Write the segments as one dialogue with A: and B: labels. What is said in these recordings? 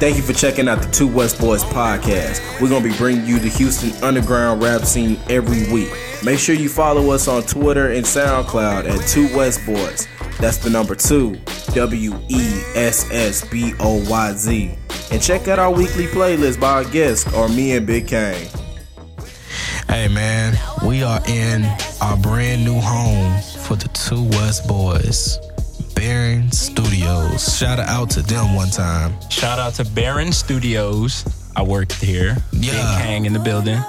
A: Thank you for checking out the Two West Boys podcast. We're going to be bringing you the Houston underground rap scene every week. Make sure you follow us on Twitter and SoundCloud at Two West Boys. That's the number two, W E S S B O Y Z. And check out our weekly playlist by our guest or me and Big Kane.
B: Hey man, we are in our brand new home for the Two West Boys, Baron Studios. Shout out to them one time.
C: Shout out to Baron Studios. I worked here.
B: Yeah.
C: Big Kang in the building.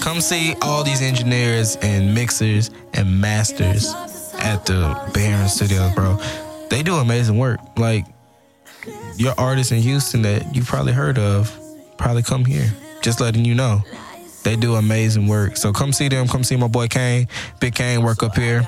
B: Come see all these engineers and mixers and masters at the Baron Studios, bro. They do amazing work. Like your artists in Houston that you probably heard of, probably come here. Just letting you know. They do amazing work. So come see them. Come see my boy Kane. Big Kane work up here.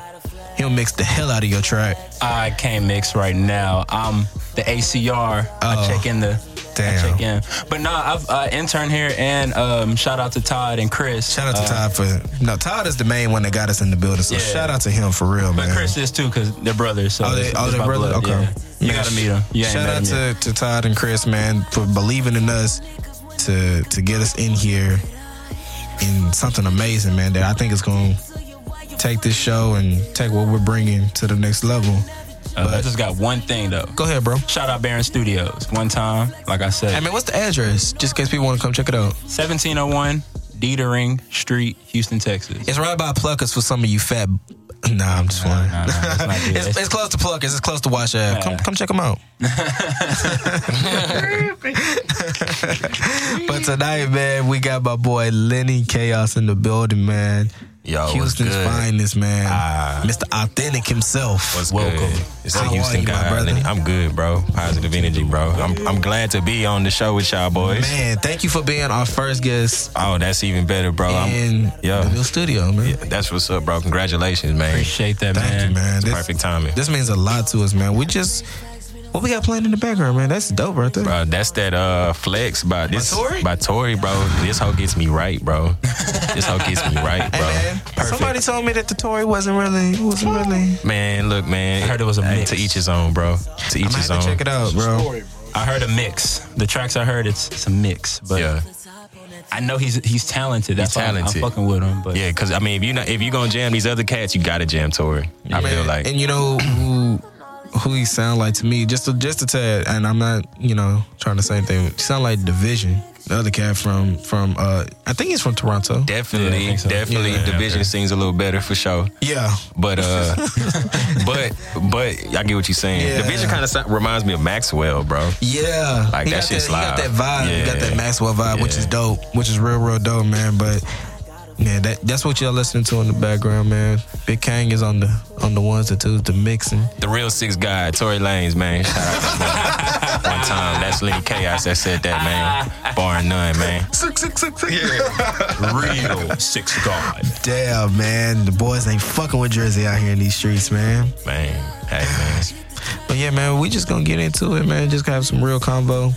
B: He'll mix the hell out of your track.
C: I can't mix right now. I'm the ACR.
B: Oh,
C: I check in the.
B: damn.
C: I check in. But no, I've uh, interned here and um, shout out to Todd and Chris.
B: Shout out to
C: Uh,
B: Todd for no. Todd is the main one that got us in the building. So
C: Yeah.
B: shout out to him for real,
C: But
B: man.
C: Chris is too because they're brothers. So
B: Oh, they,
C: it's-
B: oh,
C: it's
B: they
C: by
B: brother.
C: blood,
B: Okay,
C: yeah. You
B: Man,
C: gotta meet him. You ain't
B: shout
C: met
B: out
C: him yet.
B: to, to Todd and Chris, man, for believing in us to to get us in here in something amazing, man. That I think is going to take this show and take what we're bringing to the next level.
C: Uh, I
B: but-
C: just got one thing though.
B: Go ahead, bro.
C: Shout out Baron Studios. One time, like I said,
B: Hey, man, what's the address? Just in case people want to come check it out.
C: 1701 Dietering Street, Houston, Texas.
B: It's right by Pluckers for some of you fat. Nah, I'm just
C: Nah,
B: playing.
C: nah, nah, that's not good.
B: it's, it's close to Pluckers. It's close to Wash Ave. Come,
C: Yeah.
B: come check them out. but tonight, man, we got my boy Lenny Chaos in the building, man.
D: Yo, what's
B: Houston's
D: good?
B: finest, man.
D: Ah.
B: Mr. Authentic himself.
D: What's
B: Welcome.
D: good? It's the
B: How are
D: Houston
B: you, my
D: guy.
B: brother?
D: Lenny. I'm good, bro. Positive energy, bro. I'm I'm glad to be on the show with y'all boys.
B: Man, thank you for being our first guest
D: Oh, that's even better, bro.
B: in
D: I'm,
B: the
D: yeah,
B: new studio, man.
D: yeah, that's what's up, bro. Congratulations, man.
C: Appreciate that,
B: Thank you, man. This,
D: Perfect timing,
B: this means a lot to us, man. We just what we got playing in the background, man. That's dope right there.
D: bro. That's that uh flex, by this
B: Tory?
D: by Tory, bro. This hoe gets me right, bro. this hoe gets me right,
B: Hey,
D: bro.
B: man. Somebody told me that the Tory wasn't really wasn't really.
D: Man, look, man.
C: I heard it was a
D: Hey,
C: mix.
D: To each his own, bro. To each
B: I'm gonna
D: his
B: have
D: own.
B: to check it out, bro.
C: I heard a mix. The tracks I heard, it's, it's a mix. But
D: Yeah.
C: I know he's he's talented. That's
D: He's talented.
C: why I'm, I'm fucking with him. But
D: Yeah, cause I mean, if you not if you gonna jam these other cats, you gotta jam Tory. I feel like
B: and you know who who he sound like to me, just a, just a tad, and I'm not you know trying to say anything. He sound like Division, the other cat from from uh I think he's from Toronto.
D: definitely,
C: think so.
D: definitely,
B: Yeah.
D: division sings a little better for sure.
B: yeah,
D: But uh, but but I get what you're saying.
B: Yeah.
D: Division kind of reminds me of Maxwell, bro.
B: yeah.
D: Like,
B: he
D: that
B: got
D: shit's
B: that, He got
D: live.
B: that vibe. He got
D: Yeah.
B: that Maxwell vibe, which
D: Yeah.
B: is dope, which is real real dope, man. But man, that that's what y'all listening to in the background, man. Big Kang is on the on the ones that do the mixing.
D: The real six guy, Tory Lanez, man. Shout out to him. One time, that's Lenny Chaos that said that, man. Bar none, man.
B: Six six six six.
C: real six god.
B: Damn, man. The boys ain't fucking with Jersey out here in these streets, man.
D: Man, hey man.
B: But yeah, man, we just gonna get into it, man. Just have some real convo.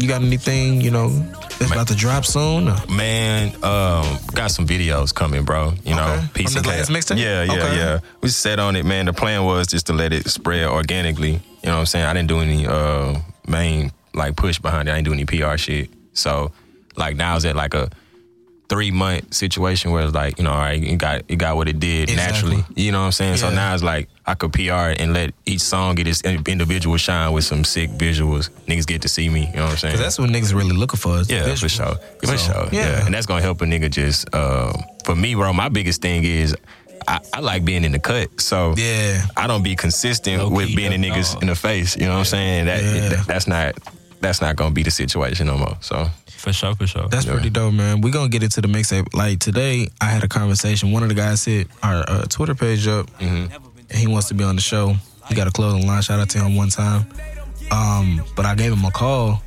B: You got anything, you know, that's about to drop soon? or-
D: Man, um, got some videos coming, bro. You know,
B: Okay.
D: peace
B: From
D: and
B: the
D: chaos.
B: last mixtape?
D: Yeah, yeah,
B: Okay.
D: yeah. We set on it, man. The plan was just to let it spread organically. You know what I'm saying? I didn't do any uh main like push behind it. I didn't do any PR shit. So like now it's at like a three month situation where it's like, you know, all right, you got you got what it did
B: Exactly.
D: naturally. You know what I'm saying? So
B: Yeah.
D: now it's like I could PR it and let each song get its individual shine with some sick visuals. Niggas get to see me. You know what I'm saying?
B: 'Cause that's what niggas really looking for. Is the
D: Yeah, for
B: visual.
D: sure. For
B: So,
D: sure. Yeah.
B: yeah.
D: And that's gonna help a nigga just uh, for me, bro, my biggest thing is I, I like being in the cut. So
B: Yeah.
D: I don't be consistent
C: Low-key,
D: with being in
C: no.
D: niggas in the face. You know what I'm saying? That
B: Yeah.
D: that- that's not that's not gonna be the situation no more. So
C: For sure, for sure.
B: That's pretty dope, man. We're gonna get into the mixtape. Like today, I had a conversation. One of the guys hit our uh, Twitter page up, and he wants to be on the show. He got a clothing line. Shout out to him one time. Um, but I gave him a call.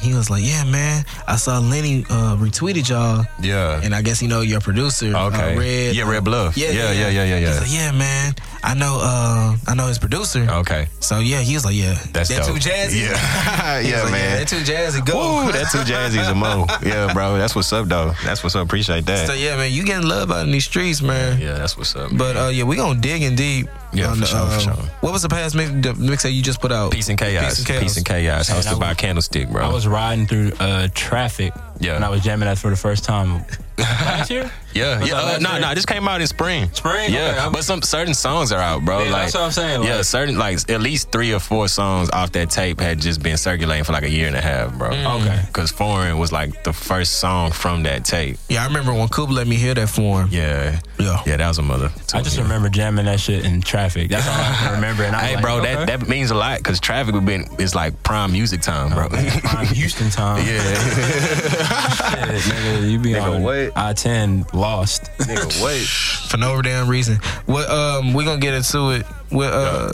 B: He was like, "Yeah, man, I saw Lenny uh, retweeted y'all,
D: Yeah.
B: and I guess you know your producer, uh,
D: okay.
B: Red.
D: yeah, Red Bluff.
B: Yeah,
D: yeah, yeah, yeah, yeah.
B: He's
D: yeah.
B: like, "Yeah, man, I know, uh, I know his producer."
D: Okay.
B: So yeah, he was like, "Yeah,
D: Oh. That's
B: that
D: dope.
B: too jazzy."
D: Yeah.
B: He was
D: yeah,
B: like,
D: man.
B: that too jazzy. Go.
D: Ooh, that too jazzy's a mo. Yeah, bro. That's what's up though. That's what's up. Appreciate that.
B: So yeah, man, you getting love out in these streets, man.
D: Yeah, that's what's up.
B: But uh, yeah, we gonna dig in deep.
D: Yeah,
B: on
D: for
B: the,
D: sure, for
B: uh,
D: sure.
B: What was the past mix, the mix that you just put out?
D: Peace and chaos.
B: Peace and Chaos.
D: chaos.
C: Man, I
D: Hosted by
C: was-
D: Candlestick, bro.
C: I was riding through uh, traffic
D: Yeah.
C: when I was jamming that for the first time last year.
D: yeah,
C: Was
D: yeah.
C: that
D: Uh,
C: last
D: no,
C: year?
D: no. This came out in spring.
C: Spring?
D: Yeah,
C: Okay, I'm-
D: but some certain songs are out, bro.
C: Yeah,
D: like
C: that's what I'm saying, like-
D: yeah, certain like at least three or four songs off that tape had just been circulating for like a year and a half, bro.
C: Mm. Okay.
D: Because foreign was like the first song from that tape.
B: Yeah, I remember when Coop let me hear that form.
D: Yeah,
B: Yeah.
D: yeah. That was a mother.
C: I just remember jamming that shit in traffic. That's all I can remember. And I was
D: Hey,
C: like,
D: bro,
C: okay.
D: that, that means a lot because traffic would been is like prime music time, bro.
C: Prime Houston time.
D: yeah,
C: Shit, nigga, you be
D: Nigga,
C: on
D: what?
C: I ten lost.
D: nigga, wait.
B: for no damn reason. What um we gonna get into it. What uh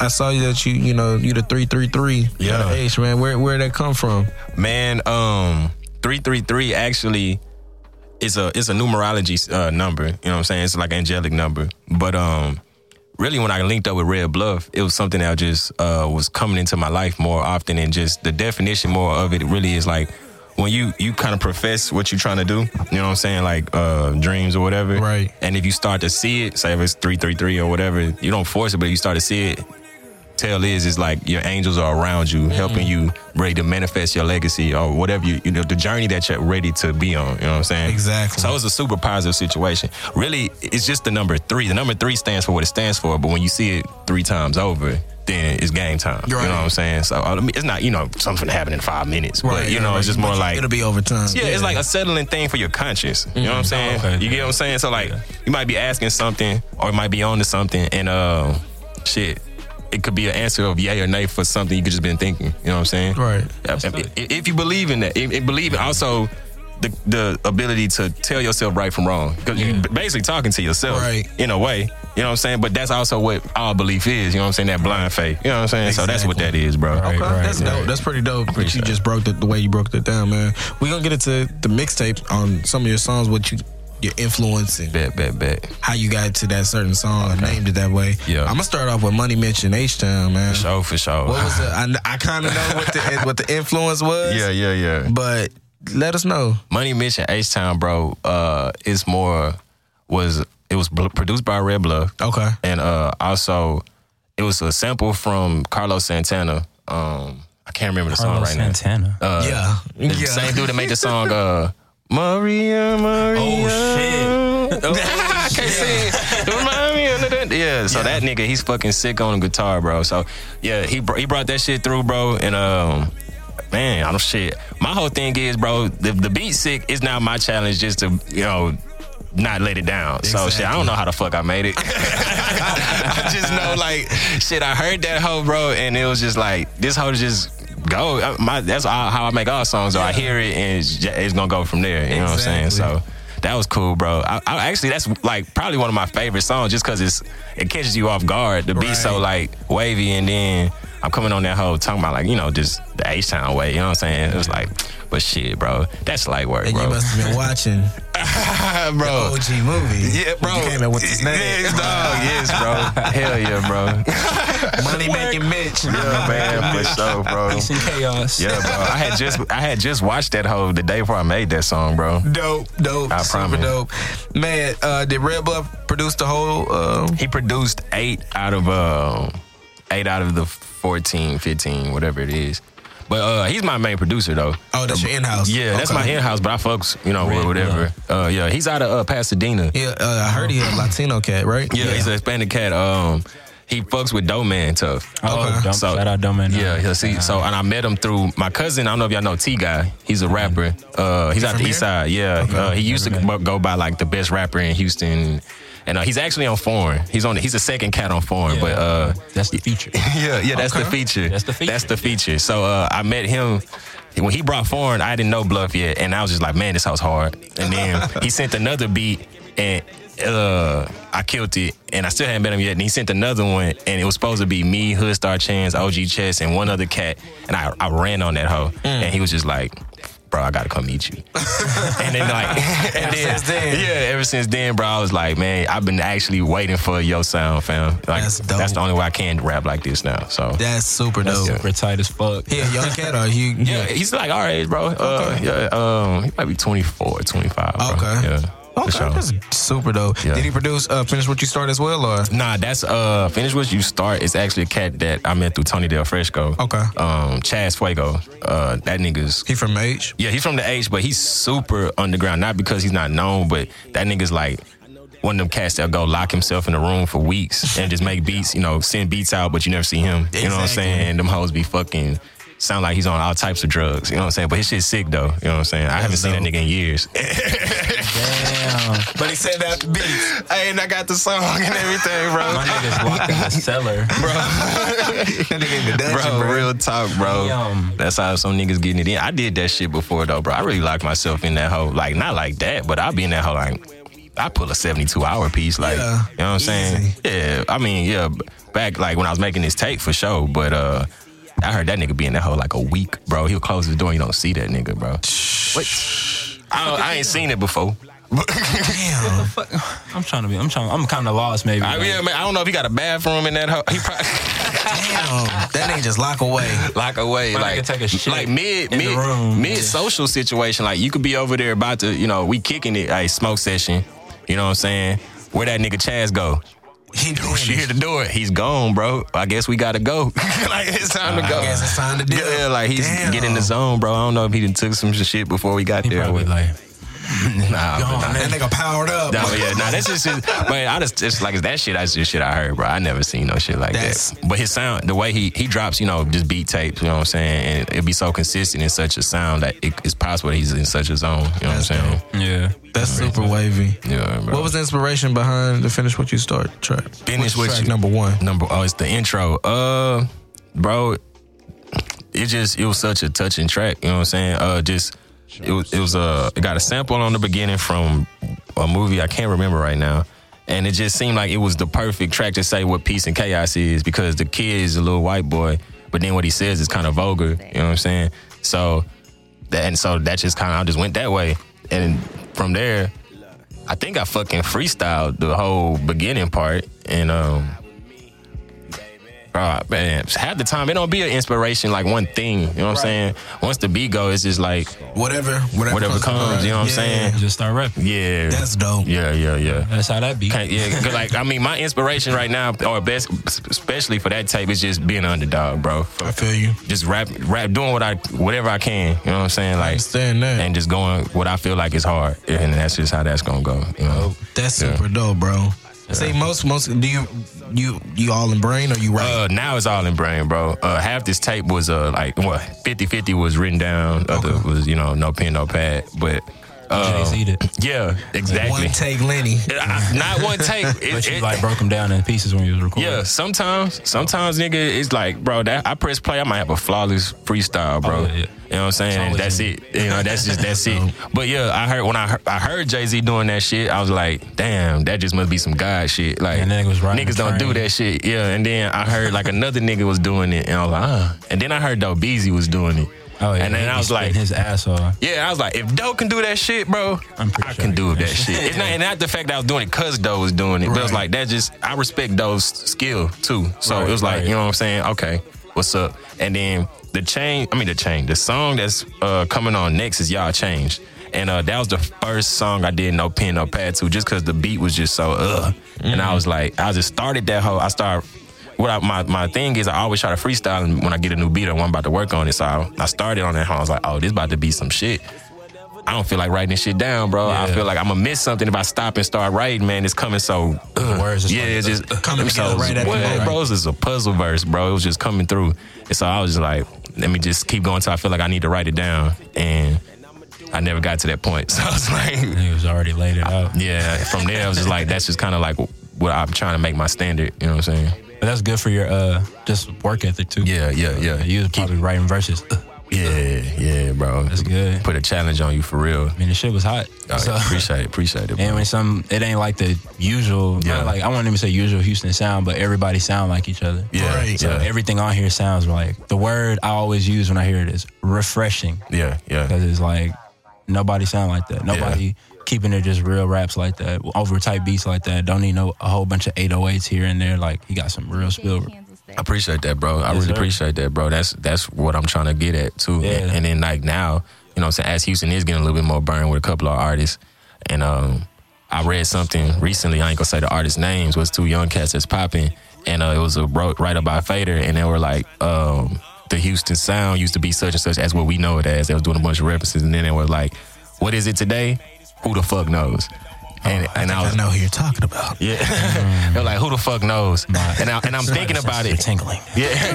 B: I saw you that you you know you the three three three.
D: Yeah.
B: H man, where where that come from?
D: Man, um, three three three actually is a it's a numerology uh, number. You know what I'm saying? It's like an angelic number. But um, really, when I linked up with Red Bluff, it was something that just uh, was coming into my life more often, and just the definition more of it really is like when you you kind of profess what you're trying to do. You know what I'm saying? Like uh, dreams or whatever.
B: Right.
D: And if you start to see it, say if it's three three three or whatever, you don't force it, but you start to see it, tell is is like your angels are around
B: Mm-hmm.
D: you, helping you ready to manifest your legacy or whatever you you know the journey that you're ready to be on. You know what I'm saying?
B: Exactly.
D: So it's a super positive situation. Really, it's just the number three. The number three stands for what it stands for, but when you see it three times over. Then it's game time. You
B: Right.
D: know what I'm saying? So I mean, it's not, you know, something happened in five minutes.
B: Right,
D: but, you
B: yeah,
D: know,
B: right.
D: it's just more
B: But
D: like
B: it'll be over time.
D: yeah, it's like a settling thing for your conscience. You know
B: Mm-hmm.
D: what I'm saying?
C: okay.
D: You get what I'm saying? So like, you might be asking something, or you might be on to something, and uh, shit, it could be an answer of yay or nay for something you could just been thinking. You know what I'm saying?
B: Right.
D: Uh, If, if- if you believe in that, if, if believe in also the the ability to tell yourself right from wrong, because you
C: Yeah.
D: basically talking to yourself
B: Right.
D: in a way. You know what I'm saying? But that's also what all belief is. You know what I'm saying? That blind faith. You know what I'm saying? So that's what that is, bro.
B: Okay, that's dope. That's pretty dope. But you
D: Appreciate
B: just broke the, the way you broke it down, man. We gonna get into the mixtape on some of your songs, what you your influence and
D: Bet, bet, bet.
B: how you got to that certain song and named it that way.
D: Yeah.
B: I'm gonna start off with Money Mitch and H Town, man.
D: Show for sure.
B: What was the, I, I kind of know what the what the influence was.
D: yeah, yeah, yeah.
B: But let us know.
D: Money Mission H Town, bro, uh, is more was it was bl- produced by Red Bluff,
B: Okay.
D: and uh, also it was a sample from Carlos Santana. Um, I can't remember the song
C: Carlos
D: right
C: Santana.
D: now. Uh,
B: Yeah.
D: the
B: Yeah.
D: same dude that made the song uh, Maria, Maria.
C: Oh, shit. Oh,
D: I can't sing. Remind me of that. Yeah, so that nigga, he's fucking sick on the guitar, bro. So yeah, he br- he brought that shit through, bro. And um, man, I don't shit. My whole thing is, bro, the, the beat sick is now my challenge, just to you know. Not let it down. So shit, I don't know how the fuck I made it. I just know like shit. I heard that hoe, bro, and it was just like this hoe just go. I- My that's all, how I make all songs. Though I hear it and it's, j- it's gonna go from there. You know what I'm saying? So
B: Exactly.
D: so that was cool, bro. I, I actually that's like probably one of my favorite songs just because it's it catches you off guard. The beat's so like wavy, and then I'm coming on that whole talking about like you know just the H Town way. You know what I'm saying? It was like, but shit, bro, that's light work,
B: And
D: bro.
B: you must have been watching
D: bro.
B: OG movie.
D: Yeah, bro.
B: You came in with his name.
D: Yes, dog. Yes, bro. Hell yeah, bro.
B: Money making Mitch.
D: Yeah, man, for sure, bro.
C: Peace and chaos.
D: Yeah, bro. I had just I had just watched that whole the day before I made that song, bro.
B: Dope, dope,
D: I
B: super
D: promise.
B: dope. Man, uh, did Red Buff produce the whole? Uh,
D: He produced eight out of uh, eight out of the 14, 15, whatever it is. But uh, he's my main producer though.
B: oh, that's your in house.
D: Yeah, that's my in-house, but I fucks, you know, with whatever. Uh, yeah, he's out of uh, Pasadena. Yeah,
B: Yeah, uh, I heard he a Latino cat, right?
D: he's an expanded cat. Um, he fucks with Doe Man tough.
C: Oh, Dumb,
D: So-
C: shout out Dumb and
D: Yeah, yeah. See, so and I met him through my cousin. I don't know if y'all know T Guy. He's a rapper.
C: Mm-hmm.
D: Uh, he's out the
B: from
D: East
B: here?
D: Side. Yeah, uh, he used to go- go by like the best rapper in Houston, and uh, he's actually on Foreign. He's on. He's the second cat on Foreign, but uh,
C: that's the feature.
D: yeah, yeah, that's the feature.
C: That's the feature.
D: That's the feature. So uh, I met him when he brought foreign. I didn't know Bluff yet, and I was just like, man, this house hard. And then he sent another beat, and uh, I killed it. And I still hadn't met him yet. And he sent another one, and it was supposed to be me, Hood Star Chance, OG Chess, and one other cat. And I, I ran on that hoe, and he was just like. Bro, I gotta come meet you. and then like, and then,
B: since then.
D: yeah, ever since then, bro, I was like, man, I've been actually waiting for your sound, fam. Like,
B: That's dope.
D: the only way I can rap like this now. So
B: that's super dope.
C: Super tight as fuck.
B: He a young cat or he?
D: yeah, he's like all right, bro. Uh, yeah, um, he might be 24, 25. Bro.
B: Okay.
D: Yeah.
B: Okay,
D: sure.
B: that's super dope.
D: Yeah.
B: Did he produce uh, Finish What You Start as well, or?
D: Nah, that's uh Finish What You Start is actually a cat that I met through Tony Del Fresco.
B: Okay.
D: Um Chaz Fuego. Uh that nigga's
B: He from H?
D: Yeah, he's from the H, but he's super underground. Not because he's not known, but that nigga's like one of them cats that'll go lock himself in a room for weeks and just make beats, you know, send beats out, but you never see him. You know what I'm
B: Exactly.
D: saying? And them hoes be fucking sound like he's on all types of drugs. You know what I'm saying? But his shit's sick though. You know what I'm saying? I haven't seen that
B: dope.
D: nigga in years.
C: Damn.
B: But he said that beats.
D: hey, and I got the song and everything, bro.
C: My niggas locked in the cellar.
B: That nigga in the dungeon,
D: Bro,
B: bro.
D: real talk, bro.
C: Damn.
D: That's how some niggas getting it in. I did that shit before though, bro. I really locked myself in that hole. Like not like that, but I be in that hole like I pull a 72 hour piece. Like
B: Yeah.
D: you know what I'm saying?
B: Easy.
D: Yeah. I mean, yeah, b- back like when I was making this tape for sure, but uh I heard that nigga be in that hole like a week, bro. He'll close his door and you don't see that nigga, bro. What? I, don't- I ain't seen it before.
B: Damn.
C: Fuck. I'm trying to be. I'm trying. I'm kind of lost, maybe.
D: I, yeah, man, I don't know if he got a bathroom in that hole. He probably
B: Damn. That nigga just lock away.
D: lock away,
C: My
D: like
C: nigga take a shit
D: like mid
C: in the
D: mid
C: room.
D: mid social situation. Like you could be over there about to, you know, we kicking it, like smoke session. You know what I'm saying? Where that nigga Chaz go?
B: He do
D: She hear the door. He's gone, bro. I guess we gotta go. like it's time to go.
B: guess it's time to dip.
D: Yeah, like he's
B: Damn.
D: getting in the zone, bro. I don't know if he done took some shit before we got
C: He
D: there.
C: probably
D: Nah,
C: like.
D: but nah.
B: That nigga powered up.
D: No, yeah, nah, that's just, his- but I just, it's like that shit. That's just shit I heard, bro. I never seen no shit like
B: That's-
D: that. But his sound, the way he he drops, you know, just beat tapes, you know what I'm saying, and it'd be so consistent in such a sound that it, it's possible that he's in such a zone. You know what I'm saying?
C: Yeah.
B: That's super wavy.
D: Yeah, bro.
B: What was the inspiration behind the Finish What You Start track?
D: Finish What
B: track
D: You-
B: number one.
D: number? Oh, it's the intro. Uh, bro, it just it was such a touching track. You know what I'm saying? Uh, just it was it was uh, it got a sample on the beginning from a movie I can't remember right now, and it just seemed like it was the perfect track to say what peace and chaos is because the kid is a little white boy, but then what he says is kind of vulgar. You know what I'm saying? So that and so that just kind of I just went that way, and from there. I think I fucking freestyled the whole beginning part, and um, Bro, Ah, man, half the time it don't be an inspiration like one thing. You know what I'm saying? Once the beat go, it's just like
B: Whatever. Whatever,
D: whatever comes. You know what I'm saying?
C: Just start rapping.
D: Yeah,
B: That's dope.
D: yeah, yeah, yeah.
C: That's how that be.
D: Can't- Yeah, 'cause, like I mean, my inspiration right now, or best, especially for that tape, is just being an underdog, bro.
B: I feel you.
D: Just rap, rap, doing what I, whatever I can. You know what I'm saying? Like,
B: Understand that.
D: and just going what I feel like is hard, and that's just how that's gonna go. You know?
B: That's
D: Yeah.
B: super dope, bro. See, most most do you you you all in brain or you right?
D: Uh, now it's all in brain, bro. Uh, half this tape was uh like what 50-50 was written down. Other was you know no pen no pad, but uh,
C: Jay-Z did.
D: yeah, exactly.
B: One take, Lenny.
D: I- not one take. It-
C: But you
D: it-
C: like broke them down in pieces when you was recording.
D: yeah, sometimes, sometimes, nigga, it's like, bro, that I press play, I might have a flawless freestyle, bro.
C: Oh, yeah, yeah.
D: You know what I'm saying?
C: It's always
D: that's
C: in
D: it. You know, that's just that's it. But yeah, I heard when I heard, I heard Jay Z doing that shit, I was like, damn, that just must be some god shit. Like
C: And that nigga was riding
D: niggas
C: the
D: don't do
C: train.
D: that shit. Yeah, and then I heard like another nigga was doing it, and I was like, ah. And then I heard Doe Beezy was doing it.
C: Oh yeah.
D: And then
C: he
D: I
C: be
D: was like,
C: spitting his ass off.
D: yeah, I was like, if Doe can do that shit, bro, i
C: I'm pretty sure
D: can
C: he
D: do
C: can.
D: that shit. It's not, and not the fact that I was doing it because Doe was doing it, but it was
B: Right.
D: like, that just, I respect Doe's skill too. So
C: Right,
D: it was like,
C: right.
D: you know what I'm saying? Okay, what's up? And then the change, I mean, the change, the song that's uh, coming on next is Y'all Changed. And uh, that was the first song I did no pen, no pad to, just because the beat was just so, ugh. And I was like, I just started that whole, I started what I, my, my thing is, I always try to freestyle and when I get a new beat or when I'm about to work on it. So I, I started on that. I was like, oh, this about to be some shit. I don't feel like writing this shit down, bro. I
C: Yeah.
D: feel like I'm gonna miss something if I stop and start writing, man. It's coming so. ugh.
C: words just
D: yeah,
C: like-
D: it's just uh,
B: coming
D: so,
B: together right at the
D: well,
B: moment.
D: bro. This is a puzzle verse, bro. It was just coming through. And so I was just like, let me just keep going till I feel like I need to write it down. And I never got to that point. So I was like,
C: He was already laid it out.
D: yeah, from there, I was just like, that's just kind of like what I'm trying to make my standard. You know what I'm saying?
C: But that's good for your uh just work ethic too.
D: Yeah, yeah, yeah.
C: You was probably writing verses. I
D: Yeah, yeah, bro. That's
C: good.
D: Put a challenge on you for real.
C: mean, the shit was hot.
D: I
C: So-
D: appreciate it. Appreciate it. Bro.
C: And when some, it ain't like the usual.
D: Yeah.
C: not Like I won't even say usual Houston sound, but everybody sound like each other.
D: yeah,
B: Right.
D: yeah,
C: Everything on here sounds like the word I always use when I hear it is refreshing
D: yeah, yeah,
C: because it's like nobody sound like that. Nobody keeping it just real raps like that, over type beats like that. Don't need no a whole bunch of 808s here and there. Like he got some real spill.
D: I appreciate that, bro. I
C: Yes,
D: really
C: sir.
D: appreciate that, bro. That's that's what I'm trying to get at too.
C: Yeah.
D: And, and then like now, you know, what I'm saying as Houston is getting a little bit more burned with a couple of artists, and um, I read something recently. I ain't gonna say the artist names. Was two young cats that's popping, and uh, it was a bro- right up by Fader, and they were like, um, the Houston sound used to be such and such as what we know it as. They was doing a bunch of references, and then they were like, what is it today? Who the fuck knows? And, and I was
B: I know who you're talking about.
D: yeah, they're like, who the fuck knows? And, I, and I'm thinking about it.
C: Tingling.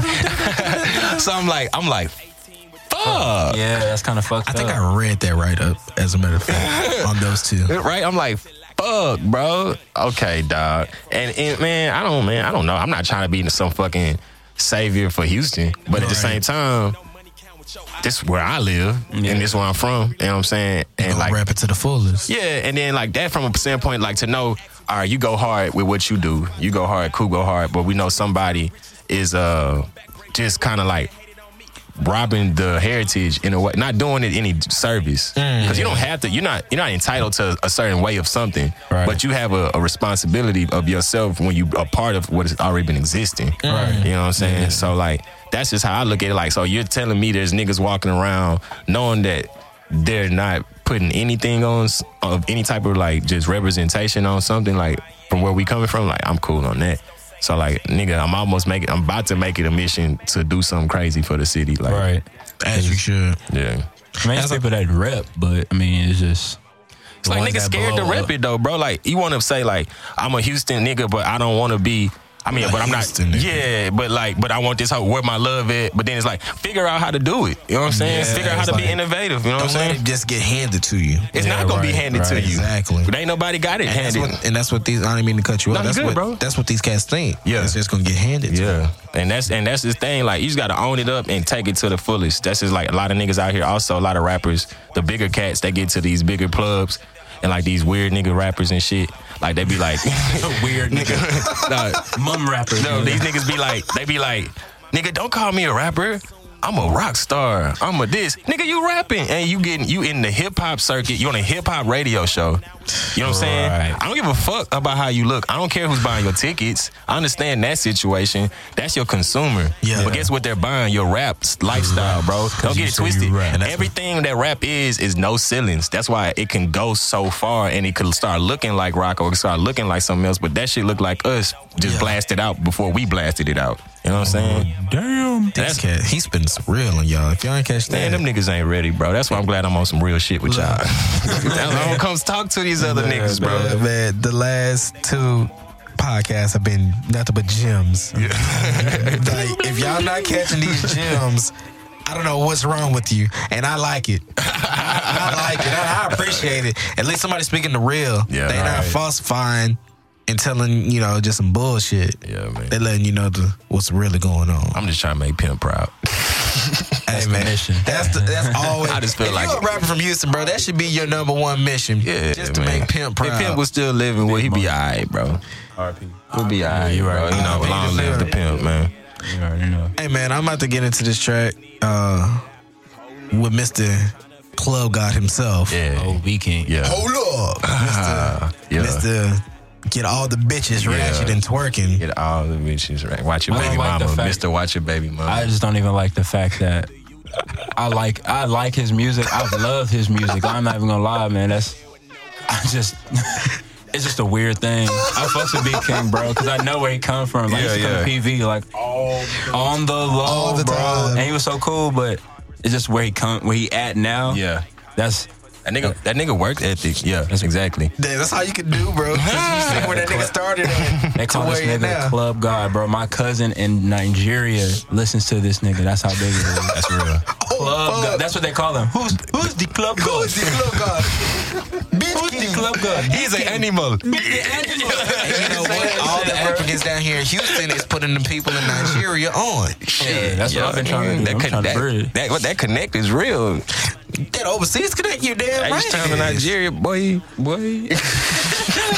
D: Yeah. so I'm like, I'm like, fuck.
C: Yeah, that's kind of fucked
B: I think
C: up.
B: I read that right up, as a matter of fact, on those two.
D: Right? I'm like, fuck, bro. Okay, dog. And, and man, I don't, man, I don't know. I'm not trying to be some fucking savior for Houston, but at the same
B: Right.
D: time, this where I live
C: Yeah.
D: and this where I'm from. You know what I'm saying? And
B: Gonna
D: like,
B: rap it to the fullest.
D: Yeah, and then like that from a standpoint, like to know, all right, you go hard with what you do. You go hard, cool, go hard. But we know somebody is uh just kind of like robbing the heritage in a way, not doing it any service. Because you don't have to. You're not. You're not entitled to a certain way of something.
C: Right.
D: But you have a, a responsibility of yourself when you are part of what has already been existing. Right. You know what I'm saying? So like that's just how I look at it. Like so, you're telling me there's niggas walking around knowing that they're not putting anything on s- of any type of like just representation on something like from where we coming from. Like I'm cool on that. So like nigga, I'm almost making. I'm about to make it a mission to do something crazy for the city. Like
C: Right.
B: As you should.
D: yeah.
C: I mean, it's people that rep, but I mean, it's just.
D: It's like niggas scared to rep it though, bro. Like you want to say like I'm a Houston nigga, but I don't want to be. I mean,
B: A
D: but I'm not.
B: Houston nigga.
D: Yeah, but like, but I want this. How where my love at? But then it's like figure out how to do it. You know what I'm saying?
B: Yeah,
D: figure out how
B: it's
D: to be
B: like,
D: innovative. You know what I'm
B: Don't let
D: saying?
B: it just get handed to you.
D: It's
C: Yeah,
D: not gonna be
C: right,
D: handed to
C: right.
D: you.
B: Exactly.
D: But ain't nobody got it
B: And that's,
D: handed.
B: what, and that's what these. I didn't mean to cut you
D: No,
B: off.
D: you
B: That's
D: good,
B: what.
D: bro.
B: That's what these cats think.
D: Yeah.
B: it's just gonna get handed. to
D: Yeah, and that's and that's the thing. Like you just gotta own it up and take it to the fullest. That's just like a lot of niggas out here. Also, a lot of rappers, the bigger cats, they get to these bigger clubs and like these weird nigga rappers and shit. Like they be like weird nigga. no,
C: Mum rappers.
D: No,
C: man.
D: these niggas be like, they be like, nigga, don't call me a rapper. I'm a rock star. I'm a this. Nigga, you rapping. And you getting you in the hip hop circuit. You on a hip hop radio show. You know what I'm saying?
C: Right.
D: I don't give a fuck about how you look. I don't care who's buying your tickets. I understand that situation. That's your consumer.
B: Yeah.
D: But guess what they're buying? Your rap s- lifestyle, bro. Don't
C: you
D: get it
C: say you
D: twisted.
C: rap.
B: And that's
D: Everything that rap is is no ceilings. That's why it can go so far and it could start looking like rock or it could start looking like something else. But that shit look like us just
B: Yeah. Uh-huh.
D: blasted out before we blasted it out. You know what I'm saying?
C: Damn.
B: This cat, he spins real on y'all. If y'all ain't catch that,
D: Man, them niggas ain't ready, bro. That's why I'm glad I'm on some real shit with y'all. That's why I don't come talk to these other niggas, bro.
B: Uh, man, the last two podcasts have been nothing but gems. like, if y'all not catching these gems, I don't know what's wrong with you, and I like it. I, I like it. I, I appreciate it. At least somebody speaking the real.
D: Yeah,
B: they not
D: right.
B: falsifying and telling you know just some bullshit.
D: Yeah, man.
B: They letting you know the, what's really going on.
D: I'm just trying to make Pimp proud.
B: That's
C: the mission.
B: That's the, that's always.
D: I just feel
B: if
D: like
B: you're
D: it.
B: a rapper from Houston, bro. That should be your number one mission.
D: Yeah,
B: just to
D: man.
B: make Pimp
D: If
B: proud.
D: Pimp was still living, well, he'd be all right, bro. He'll be all right,
C: you
D: bro.
C: right.
D: You know,
B: R.I.P.
D: long
B: to
D: live the
B: Pimp.
D: Pimp, man.
C: You already know.
B: Hey man, I'm about to get into this track uh, with Mr. Club God himself.
D: Yeah.
C: Oh, weekend.
D: Yeah.
B: Hold up,
D: Ah, yeah.
B: Mr. Get all the bitches
D: Yeah.
B: ratchet and twerking.
D: Get all the bitches right. Watch your
C: I don't
D: baby
C: like the
D: mama,
C: fact-
D: Mister. Watch your baby mama.
C: I just don't even like the fact that I like I like his music. I love his music. I'm not even gonna lie, man. That's I just it's just a weird thing. I fucks with Big King, bro, because I know where he come from. Like,
D: Yeah,
C: he used to come
D: yeah.
C: to PV, like on the low,
B: All the
C: bro.
B: time.
C: And he was so cool, but it's just where he come where he at now.
D: yeah.
C: that's
D: That nigga, that nigga work ethic. Yeah, that's exactly.
B: Damn, that's all you can do, bro. 'Cause you see where that nigga started. at.
C: They
B: To
C: call this
B: where you
C: nigga
B: now.
C: club god, bro. My cousin in Nigeria listens to this nigga. That's how big it is.
D: That's real.
C: club
B: fuck.
C: god. That's what they call him. Who's who's the club god?
B: Who's the Oh, Club God?
C: Who's
B: Bitch
C: the
B: King.
C: club god?
D: He's an animal.
B: And you know what? All the Africans down here in Houston is putting the people in Nigeria on.
C: Yeah, that's what I've been trying to do.
D: That,
C: I'm
D: con-
C: trying to
D: that-
C: bridge.
D: that- what- that connect is real.
B: That overseas connect, you damn right.
D: Each time in Nigeria, boy, boy.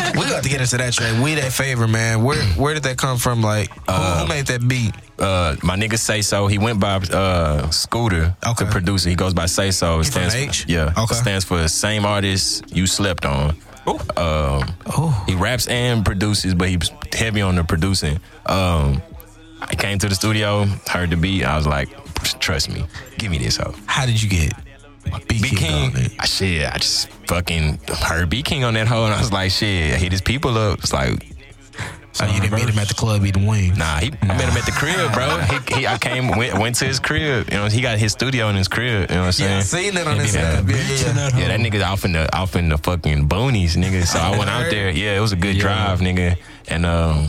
B: We got to get into that track. We that favor, man. Where where did that come from? Like who, who made that beat?
D: Uh, my nigga say so. He went by uh, Scooter,
B: Okay.
D: the producer. He goes by say so. It
B: He from
D: stands
B: H?
D: For, yeah.
B: Okay.
D: It stands for same artist you slept on. Um,
B: Oh,
D: He raps and produces, but he's heavy on the producing. Um, I came to the studio, heard the beat. I was like, trust me, give me this hoe.
B: how did you get B
D: B King,
B: King. on it.
D: I, shit, I just fucking heard B King on that hoe, and I was like, shit, hit his people up. It's like,
B: Oh, you didn't meet him at the club eating wings.
D: nah, he, I met him at the crib, bro. He, he I came, went, went to his crib. You know, he got his studio in his crib. You know what I'm saying?
B: Yeah, I seen that on
D: Yeah,
B: Instagram.
D: yeah.
B: Yeah, yeah.
D: Yeah, that nigga's off in the off in the fucking boonies, nigga. So I went out there. Yeah, it was a good drive, nigga. And um,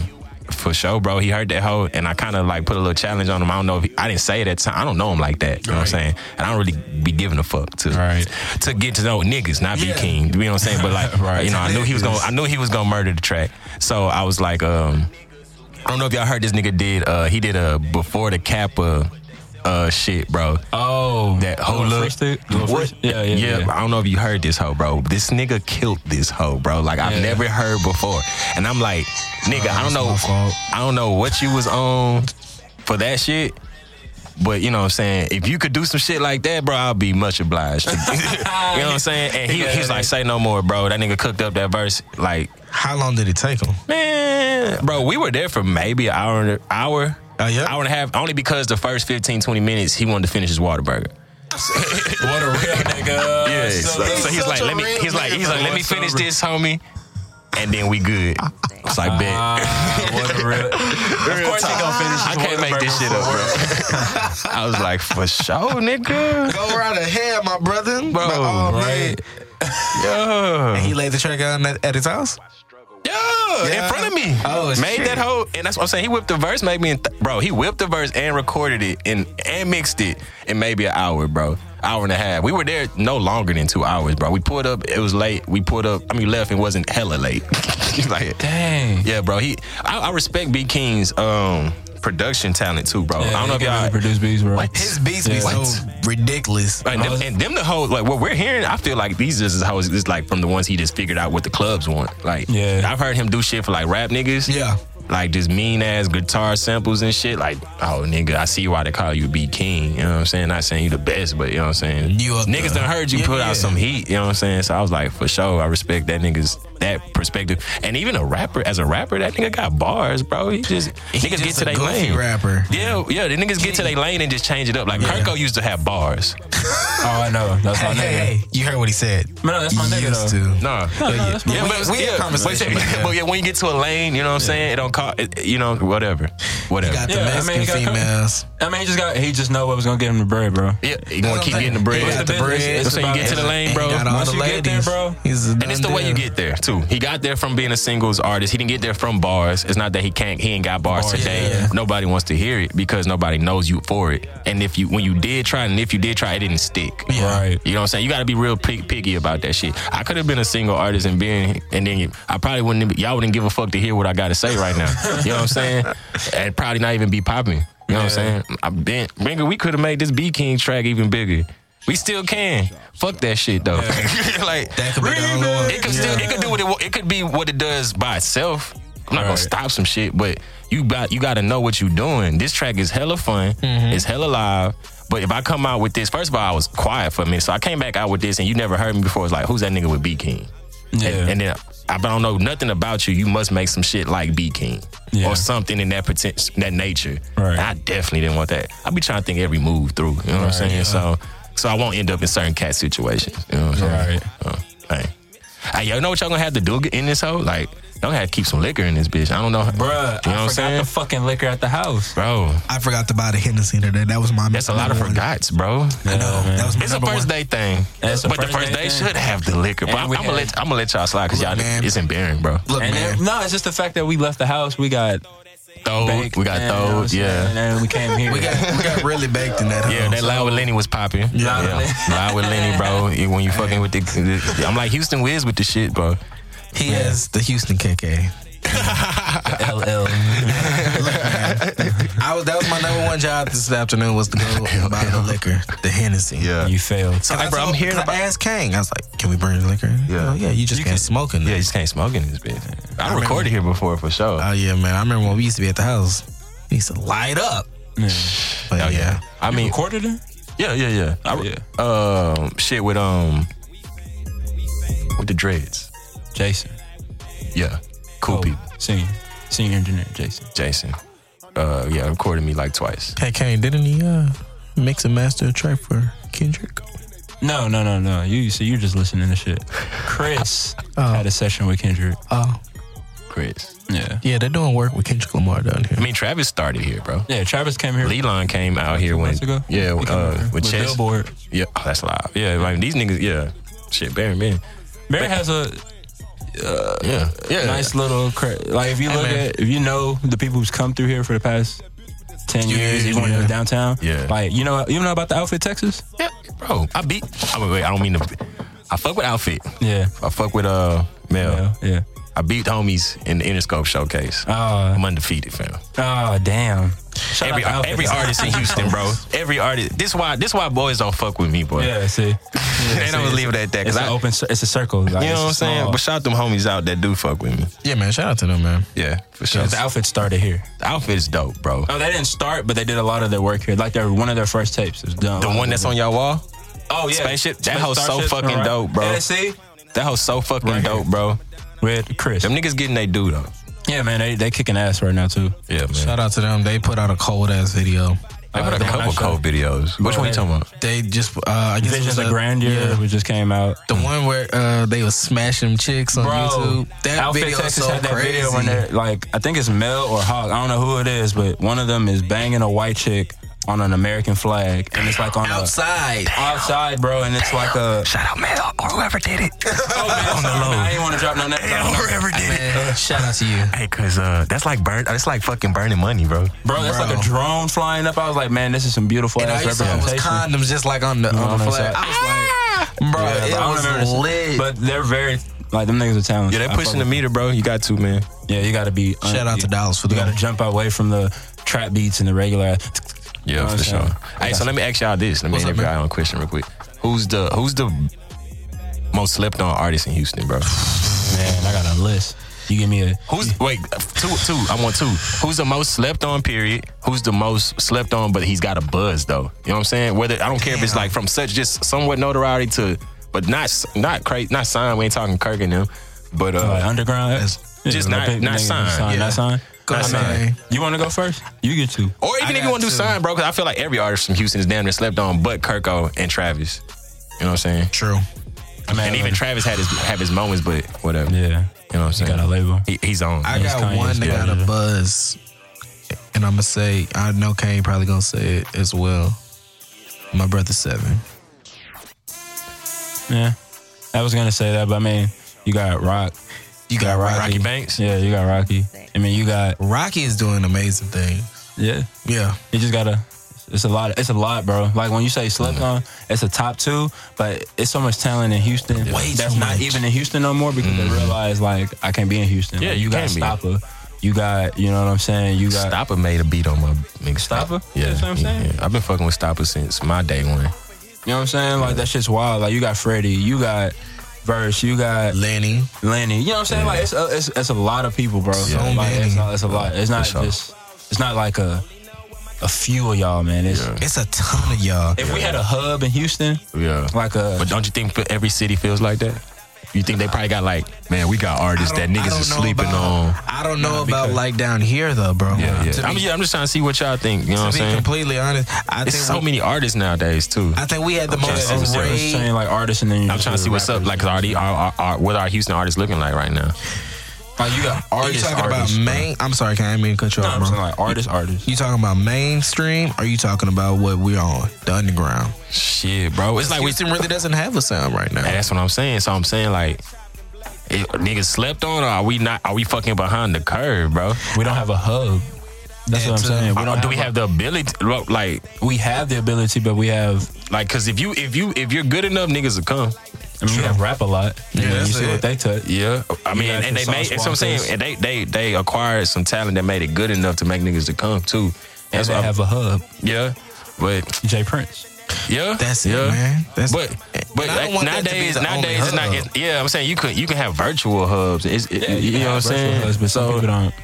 D: for sure, bro, he heard that hoe, and I kind of like put a little challenge on him. I don't know if he, I didn't say it at the time. I don't know him like that. You know what I'm saying? And I don't really be giving a fuck to
C: Right.
D: to get to know niggas, not
B: Yeah.
D: be king. You know what I'm saying? But like,
C: Right.
D: you know, I knew he was gonna I knew he was gonna murder the track. So I was like, um. I don't know if y'all heard this nigga did uh he did a before the Kappa uh shit, bro.
C: Oh,
D: That whole
C: Lil
D: look.
C: Fresh dude? Lil Fresh? Yeah, yeah, yeah.
D: I don't know if you heard this hoe, bro. This nigga killed this hoe, bro. Like I've
C: Yeah.
D: never heard before. And I'm like, nigga, I don't
B: it's
D: know
B: my fault.
D: I don't know what you was on for that shit. But you know what I'm saying? If you could do some shit like that, bro, I'll be much obliged. you know what I'm saying? And he, he was like, say no more, bro. That nigga cooked up that verse like
B: How long did it take him?
D: Man, bro, we were there for maybe an hour, and a- hour,
C: Uh,
B: Oh, yeah?
D: hour and a half, only because the first 15, 20 minutes he wanted to finish his water burger.
C: What a real nigga.
D: Yeah, so,
B: he's
D: so he's
B: such
D: like,
B: a
D: let me,
B: real
D: he's like,
B: nigga,
D: he's like,
B: bro.
D: let me
B: It's so
D: finish
B: real.
D: this, homie, and then we good. It's like, bet.
C: Ah, what a real. Of course he gonna finish.
D: I
C: his
D: can't make this
C: Whataburger
D: shit up, bro. I was like, for sure, nigga.
B: Go right ahead, my brother. Bro,
D: oh,
B: right?
D: Yeah.
B: He laid the track out at, at his house?
D: Yeah,
B: Yeah.
D: in front of me.
B: Oh,
D: made
B: shit.
D: that whole, and that's what I'm saying. He whipped the verse, made me, in th- bro. He whipped the verse and recorded it and and mixed it in maybe an hour, bro, hour and a half. We were there no longer than two hours, bro. We pulled up, it was late. We pulled up, I mean, left. It wasn't hella late. like,
C: Dang.
D: yeah, bro. He, I, I respect B King's um production talent too, bro. I don't know if y'all.
C: produce beats, bro.
D: What?
B: His beats be
C: Yeah.
B: so ridiculous.
D: Like, them, and them the whole like what we're hearing, I feel like these is how it's it's like from the ones he just figured out what the clubs want. Like,
C: Yeah.
D: I've heard him do shit for like rap niggas,
B: Yeah.
D: like just mean ass guitar samples and shit. Like, oh nigga, I see why they call you B King. You know what I'm saying? Not saying you the best, but you know what I'm saying.
B: You up
D: niggas
B: there.
D: done heard you
B: Yeah,
D: put
B: yeah.
D: out some heat. You know what I'm saying? So I was like, for sure, I respect that niggas that perspective. And even a rapper, as a rapper, that nigga got bars, bro. He just niggas
B: just
D: get
B: a
D: to their
B: goofy
D: lane.
B: rapper.
D: Yeah, yeah. The niggas get to their lane and just change it up. Like Kirko used to have bars.
C: Oh, I know. That's
B: Hey, hey,
C: my nigga.
B: hey, you heard what he said.
C: No, that's my nigga,
B: Used
C: though.
B: to.
D: Nah.
C: no, that's
D: yeah,
C: fine.
D: but it's-
B: We- we had
D: yeah,
B: conversation
D: But,
B: about that.
D: but yeah, when you get to a lane, you know what I'm saying? It don't call, it, you know, whatever. Whatever.
B: Got the
C: Yeah, I mean,
B: Mexican
C: he got com-
B: females.
C: I mean, he just got. He just know what was gonna get him the bread, bro.
D: yeah, you want
B: I'm
D: to keep
B: saying.
D: getting the bread.
B: He got
C: the bread.
D: You know what I'm saying? You get to the
B: And
D: lane,
B: he
D: bro.
B: got all
C: once
B: the
C: you get there,
B: ladies.
C: bro.
B: He's a
D: And it's the
B: done
D: way you
B: deal.
D: get there too. He got there from being a singles artist. He didn't get there from bars. It's not that he can't. He ain't got bars
C: Bars,
D: today.
B: yeah.
D: Nobody wants to hear it because nobody knows you for it. And if you when you did try, and if you did try, it didn't stick.
B: Yeah.
C: Right.
D: You know what I'm saying? You got to be real pig- picky about that shit. I could have been a single artist and been, and then you- I probably wouldn't. Y'all wouldn't give a fuck to hear what I got to say right now. you know what I'm saying? And probably not even be popping. You know what I'm saying? I've been, nigga, we could have made this B King track even bigger. We still can. Fuck that shit though. like
B: That could be the only one.
D: it could still it could do what it wa- it could be what it does by itself. I'm not gonna
C: Right.
D: stop some shit, but you got you got to know what you doing. This track is hella fun.
C: Mm-hmm.
D: It's hella live. But if I come out with this, first of all, I was quiet for a minute, so I came back out with this, and you never heard me before. It's like, who's that nigga with B King?
C: Yeah.
D: And, and then I don't know nothing about you. You must make some shit like B King
C: Yeah.
D: or something in that potential, that nature.
C: Right.
D: I definitely didn't want that. I be trying to think every move through. You know what I'm saying? So, so I won't end up in certain cat situations. You know what I'm saying?
C: Right.
D: Uh, hey. Hey, y'all know what y'all gonna have to do in this hoe? Like, y'all gonna have to keep some liquor in this bitch. I don't know,
C: Bruh, I
D: You know what I'm
C: forgot
D: saying?
C: the fucking liquor at the house.
D: bro.
B: I forgot to buy the Hennessy today. That was my.
D: That's a lot of
B: number one.
D: forgots, bro.
B: I know.
C: man.
B: That was my
D: It's a
B: number
D: first
B: one.
D: day thing,
C: It's a
D: but the
C: first
D: first
C: day
D: day
C: thing.
D: should have the liquor. But
C: And
D: I'm,
C: we
D: I'm gonna
C: had-
D: let I'm gonna let y'all slide because y'all
B: man.
D: it's embarrassing, bro.
B: Look,
C: And
B: man.
C: then, no, it's just the fact that we left the house. We got
D: Throw,
C: baked,
D: we got
C: man, you know what
D: throw,
C: I'm saying?
D: yeah.
C: And then we came here.
B: we got we got really baked in that.
D: Yeah,
B: house.
D: that loud with Lenny was popping.
C: Loud
D: Yeah,
C: with
D: yeah. loud with Lenny, bro. Yeah, When you fucking with the, the- I'm like Houston Wiz with the shit, bro.
B: He has the Houston KK.
C: LL.
B: I was that was my number one job this afternoon was to go buy the liquor, the Hennessy.
C: You failed.
B: So
D: Hey,
B: I
D: bro, I'm
B: told-
D: hearing
B: I
D: about-
B: asked Kang. I was like, "Can we bring the liquor?" Yeah, yeah. You just can't smoke in
D: Yeah,
B: there.
D: you just can't smoke in this bitch. I, recorded here before for sure.
B: Oh yeah, man. I remember when we used to be at the house. We used to light up. But
D: Oh,
B: yeah.
D: I mean,
C: Recorded it?
D: yeah, yeah, yeah. I, re- Um, shit with um, with the dreads.
C: Jason.
D: Yeah, cool
C: Oh,
D: people.
C: Senior. Senior engineer, Jason.
D: Jason. Uh, yeah, recorded me like twice.
B: Hey Kang, didn't he uh mix and master a track for Kendrick?
C: No, no, no, no. You see, you're just listening to shit. Chris had a session with Kendrick.
B: Oh,
D: Chris.
C: Yeah,
B: yeah, they're doing work with Kendrick Lamar down here.
D: I mean, Travis started here, bro.
C: yeah. Travis came here
D: Leland came out here when
C: months ago.
D: yeah,
C: He came
D: uh,
C: here
D: with Chess.
C: Billboard.
D: Yeah, oh, that's live. Yeah, like these niggas. Yeah, shit, Barry man.
C: Barry has a
D: Yeah, Uh, yeah.
C: nice little cra- like if you look
B: man.
C: at if you know the people who's come through here for the past ten years, even when it
B: yeah.
C: was downtown.
D: Yeah.
C: Like you know you know about the outfit Texas?
D: Yeah, bro. I beat. I mean, wait, I don't mean to. I fuck with outfit.
C: Yeah.
D: I fuck with uh Mel. Uh.
C: Yeah. Yeah.
D: I beat homies in the Interscope showcase.
C: Oh,
D: I'm undefeated, fam.
C: oh damn. Shout
D: Every,
C: out to Outfit.
D: every artist in Houston, bro. Every artist. This why this why boys don't fuck with me, boy.
C: Yeah, see. Yeah,
D: They don't
C: see,
D: leave it at that.
C: It's
D: Cause
C: an
D: I,
C: open cir- it's a circle. like,
D: you know
C: it's
D: what I'm
C: a
D: saying?
C: small-
D: But shout them homies out that do fuck with me.
B: yeah, man, shout out to them, man.
D: Yeah, for sure.
C: the outfit started here.
D: The outfit is dope, bro.
C: Oh, they didn't start, but they did a lot of their work here. Like their one of their first tapes was done.
D: The one that's on your wall,
C: oh yeah,
D: Spaceship? That
C: Space
D: hoe's so
C: Starship,
D: fucking
C: alright.
D: dope, bro.
C: Yeah, see,
D: that hoe's so fucking dope, bro.
C: with Chris.
D: Them niggas getting they do though.
C: Yeah, man, they they kicking ass right now too.
D: Yeah, man.
B: Shout out to them. They put out a cold ass video.
D: I put a
C: the one
D: couple
C: I showed.
D: cold videos. Which one you talking about?
B: They just, uh, I guess it
C: Visions
B: was
C: of
B: a-
C: Grand Year,
B: yeah.
C: which just came out.
B: The one where uh, they was smashing chicks on YouTube. That
C: Outfit
B: video is
C: Texas
B: so
C: had that
B: crazy.
C: video when they're like, I think it's Mel or Hawk. I don't know who it is, but one of them is banging a white chick on an American flag, and it's like on a
B: Outside. Uh,
C: outside, bro, and it's like a.
D: Shout out Mel or whoever did it.
C: Oh, man, sorry, man, I didn't want to drop no names.
D: whoever did it.
C: Uh,
B: Man, shout out to you.
D: Hey, cause uh, that's like burn. That's like fucking burning money, bro.
C: Bro, that's like a
B: Bro.
C: drone flying up. I was like, man, this is some beautiful
B: And all
C: ass
B: you saw was
C: representation.
B: condoms just like on the, on the
C: no,
B: flag.
C: sorry.
B: I was like, bro,
C: Yeah,
B: it
C: bro, I don't remember
B: was
C: this-
B: lit.
C: But they're very like them niggas are talented.
D: Yeah, they
C: I fuck
D: pushing the
C: with-
D: meter, bro. You got to, man.
C: Yeah, you gotta be.
B: Shout out to Dallas for
C: You gotta
B: that.
C: jump away from the trap beats and the regular.
D: Yeah,
C: know what
D: for
C: I'm
D: sure.
C: saying?
D: Hey, so let me ask y'all this. Let
B: Oh,
D: me
B: What's up,
D: interview
B: man?
D: y'all on a question real quick. Who's the Who's the most slept on artist in Houston, bro?
C: Man, I got a list. You give me a.
D: Who's wait two two? I want two. Who's the most slept on? Period. Who's the most slept on? But he's got a buzz though. You know what I'm saying? Whether I don't care if it's like from such just somewhat notoriety to, but not not crazy, not signed. We ain't talking Kirk and them, but uh,
C: Like underground,
B: That's-
C: Yeah,
D: just
C: the
D: not-
C: big
D: not
C: niggas that
D: signed,
C: sign,
B: yeah.
C: Not signed.
B: Go
C: Not
B: ahead,
C: signed.
B: man.
C: You want to go first? You get to.
D: Or
B: I
D: even if you
B: got
D: want to do
B: two.
D: sign, bro, because I feel like every artist from Houston is damn near slept on, but Kirko and Travis. You know what I'm saying?
B: True.
C: I mean,
D: and even Travis had his have his moments, but whatever.
C: Yeah, you
D: You know what I'm saying?
C: got a label.
D: he, he's on.
B: I
C: Yes,
B: got
C: Kanye's
B: one that
C: good,
B: got
C: yeah.
B: a buzz, and I'm gonna say I know Kane probably gonna say it as well. My brother Seven.
C: Yeah, I was gonna say that, but I mean, you got Rock.
B: You got Rocky.
D: Rocky
B: Rocky,
D: Banks.
C: Yeah, you got Rocky. I mean, you got
B: is doing amazing things.
C: yeah.
B: Yeah,
C: You just gotta. It's a lot. It's a lot, bro. Like when you say slept on, it's a top two, but it's so much talent in Houston.
B: Way
C: that's
B: too
C: not
B: much.
C: even in Houston no more because they realize like I can't be in Houston.
D: Mm-hmm. Yeah,
C: Like,
D: you
C: got
D: can be.
C: Stopper. You got you know what I'm saying. You got
D: Stopper made a beat on my mixtape.
C: Stopper?
D: Yeah,
C: That's what I'm saying.
D: yeah. I've been fucking with Stopper since my day one.
C: you know what I'm saying. Like that shit's wild. Like you got Freddie. You got Verse. You got
B: Lenny.
C: Lenny. You know what I'm saying? Like it's a, it's, it's a lot of people, bro. So like,
B: many.
C: It's, not, it's a lot. It's not
D: For sure.
C: just. It's not like a a few of y'all, man. It's
B: It's a ton of y'all.
C: if we had a hub in Houston,
D: Yeah.
C: like a
D: but don't you think that every city feels like that? You think they probably got like, man, we got artists that niggas is sleeping on.
B: I don't know about like down here though, bro.
D: Yeah, yeah.
B: To
D: I'm,
B: be,
D: yeah. I'm just trying to see what y'all think. You know what I'm
B: to be
D: saying?
B: completely honest, I
D: It's
B: think
D: so
B: we,
D: many artists nowadays too.
B: I think we had the
D: trying to see what's
B: most
D: there.
B: array.
C: saying like artists and then you're
D: I'm trying to see what's up, like, 'cause already, our, our, our, what our Houston artists looking like right now.
C: like you got
B: Are you
C: artists,
B: talking
C: artists.
B: about main? I'm sorry, can I didn't mean to cut you
C: No,
B: off,
C: I'm
B: bro?
C: saying like artists, artists.
B: You talking about mainstream? Or you talking about what we're on the underground?
D: Shit, bro. It's like we.
B: Houston really doesn't have a sound right now.
D: And that's what I'm saying. So I'm saying like, it, niggas slept on, or are we not? Are we fucking behind the curve, bro?
C: We don't have a hub. That's
B: Yeah,
C: what I'm
B: too.
C: saying. We
D: Or
C: don't.
D: do we have the ability? lo- Like,
C: We have the ability, but we have.
D: like, cause if you if you if you're good enough, niggas will come.
C: I mean, we have rap a lot. Yeah,
B: that's
C: you see
B: it.
C: what they touch.
D: Yeah, I mean,
C: got
D: and they
C: your
D: made.
C: Sauce
D: That's what I'm saying.
C: Walkers.
D: And they they they acquired some talent that made it good enough to make niggas to come too.
C: And
D: That's
C: they
D: why.
C: have a hub.
D: Yeah, but
C: Jay Prince.
D: yeah,
B: That's it,
D: yeah.
B: man. That's-
D: But but
B: And I don't
D: like,
B: want that to be
D: nowadays
B: the only
D: nowadays it's not.
B: hub.
D: It's, yeah, I'm saying you could you can have virtual hubs. It's, it, you, know what I'm saying.
C: Hubs, but some people don't.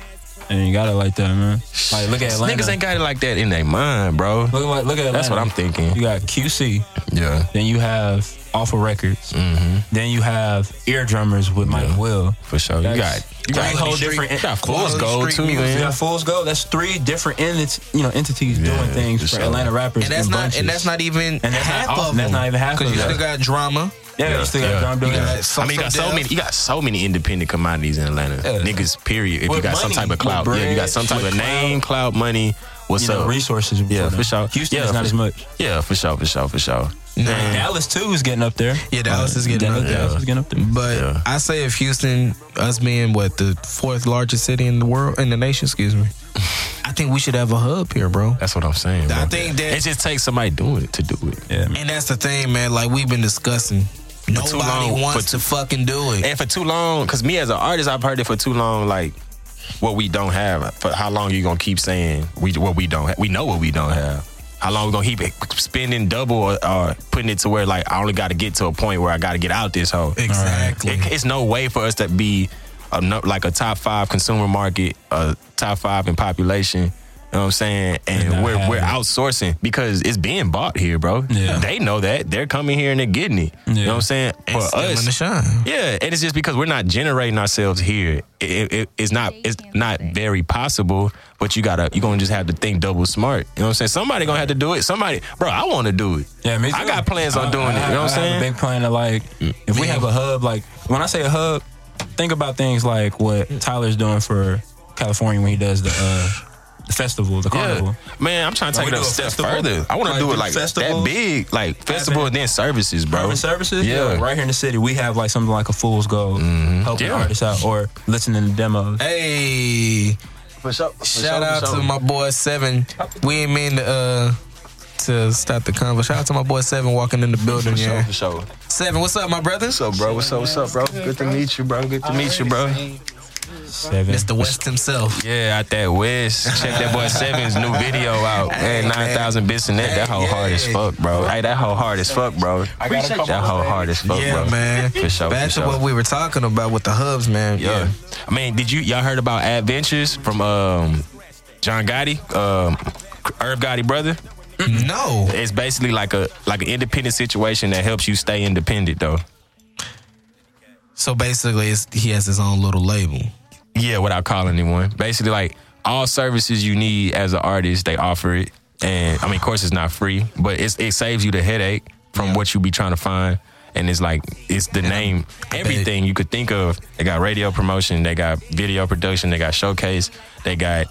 C: And you got it like that, man. Like look at Atlanta.
D: Niggas ain't got it like that in their mind, bro.
C: look at look at Atlanta.
D: That's what I'm thinking.
C: You got QC.
D: Yeah.
C: Then you have Alpha Records.
D: Mm-hmm.
C: Then you have Ear Drummers with Mike Will.
D: for sure. Oh, You got
C: three
D: you got
C: whole
D: street-
C: different.
D: you got Fool's
B: quality
D: Gold
B: street
D: too,
B: music.
C: You
D: man.
C: got Fools Go. That's three different entities, you know, entities doing things
D: for
C: for
D: sure.
C: Atlanta rappers.
B: And that's
C: in
B: not
C: bunches.
B: and that's not even
C: And that's not
B: half
C: all-
B: of them.
C: that's not even half
B: Because
C: of
B: you
C: them.
B: still got drama. uh,
C: yeah, you still got
D: yeah.
C: John Doe.
B: You got
D: I mean, you got so
B: Dev.
D: many. You got so many independent commodities in Atlanta.
C: Yeah.
D: Niggas, period. If you
C: With
D: got some
C: money,
D: type of
C: with
D: clout, yeah, you got
C: bread,
D: some type
C: with
D: of name, clout, money. What's
C: you know,
D: up?
C: resources.
D: Yeah,
C: them.
D: for sure.
C: Houston
D: yeah,
C: is not
D: for-
C: as much.
D: Yeah, for sure, for sure, for sure.
C: Dallas too is getting up there.
B: Yeah, Dallas is getting
C: Dallas,
B: up there.
C: Dallas is getting up there.
B: But
D: Yeah.
B: I say if Houston, us being what the fourth largest city in the world in the nation, excuse me, I think we should have a hub here, bro.
D: That's what I'm saying.
B: I
D: bro.
B: think that-
D: it just takes somebody doing it to do it.
C: yeah, man.
B: And that's the thing, man. Like we've been discussing, nobody
D: long,
B: wants
D: for
B: to fucking do it.
D: And for too long, because me as an artist, I've heard it for too long. Like what we don't have. For how long you gonna keep saying we what we don't? have? We know what we don't have. How long we gonna keep spending double or, or putting it to where like I only got to get to a point where I got to get out this hole.
B: Exactly.
D: It, it's no way for us to be a, no- like a top five consumer market, a top five in population. You know what I'm saying? And
C: not
D: we're, we're
C: having it.
D: outsourcing because it's being bought here, bro.
C: Yeah.
D: They know that. They're coming here and they're getting it. You know
C: Yeah.
D: what I'm saying? For
B: It's still in the shine.
D: yeah, and it's just because we're not generating ourselves here. It, it, it's not it's not very possible. But you gotta you gonna just have to think double smart. You know what I'm saying? Somebody gonna have to do it. Somebody, bro, I want to do it.
C: Yeah, me too.
D: I got plans on
C: I-
D: doing
C: I-
D: it. You know what
C: I
D: I'm
C: have a
D: saying?
C: big plan to like, if we have a hub, like when I say a hub, think about things like what Tyler's doing for California when he does the uh, the festival, the
D: yeah.
C: carnival.
D: man, I'm trying to
C: Like,
D: take it
C: we
D: up a
C: do a
D: step
C: festival.
D: further. I want to
C: Like,
D: do it
C: do
D: like that
C: festivals.
D: big, like festival
C: Having-
D: and then services, bro.
C: Urban services,
D: Yeah. Mm-hmm.
C: right here in the city, we have like something like a Fool's Gold, helping
D: Yeah.
C: artists out or listening to demos.
B: Hey,
D: For sure, for
B: shout
D: sure,
B: out
D: for
B: to
D: sure.
B: my boy Seven. We ain't mean to uh to stop the convo. Shout out to my boy Seven walking in the building.
D: For sure,
B: Yeah,
D: for sure. What's
B: Seven, what's up, my brother?
D: up, bro? What's up, what's up, bro? Good to meet you, bro. Good to meet you, bro.
C: Seven.
B: Mr. West himself.
D: Yeah, out that West. Check that boy Seven's new video out. Hey, 9,000 bits in that. that whole hard as fuck, bro. Hey, that whole hard as fuck, bro. That whole hard as fuck,
B: Yeah,
D: bro.
B: man.
D: For sure,
B: Back
D: for
B: to
D: sure.
B: what we were talking about with the hubs, man.
D: yeah. I mean, did you, y'all heard about Adventures from um, John Gotti, um, Irv Gotti brother?
B: No.
D: It's basically like a like an independent situation that helps you stay independent, though.
B: So basically, it's, he has his own little label.
D: Yeah, without calling anyone. Basically, like all services you need as an artist, they offer it. And I mean, of course, it's not free, but it's, it saves you the headache from what you be trying to find. And it's like it's the name, everything you could think of. They got radio promotion, they got video production, they got showcase, they got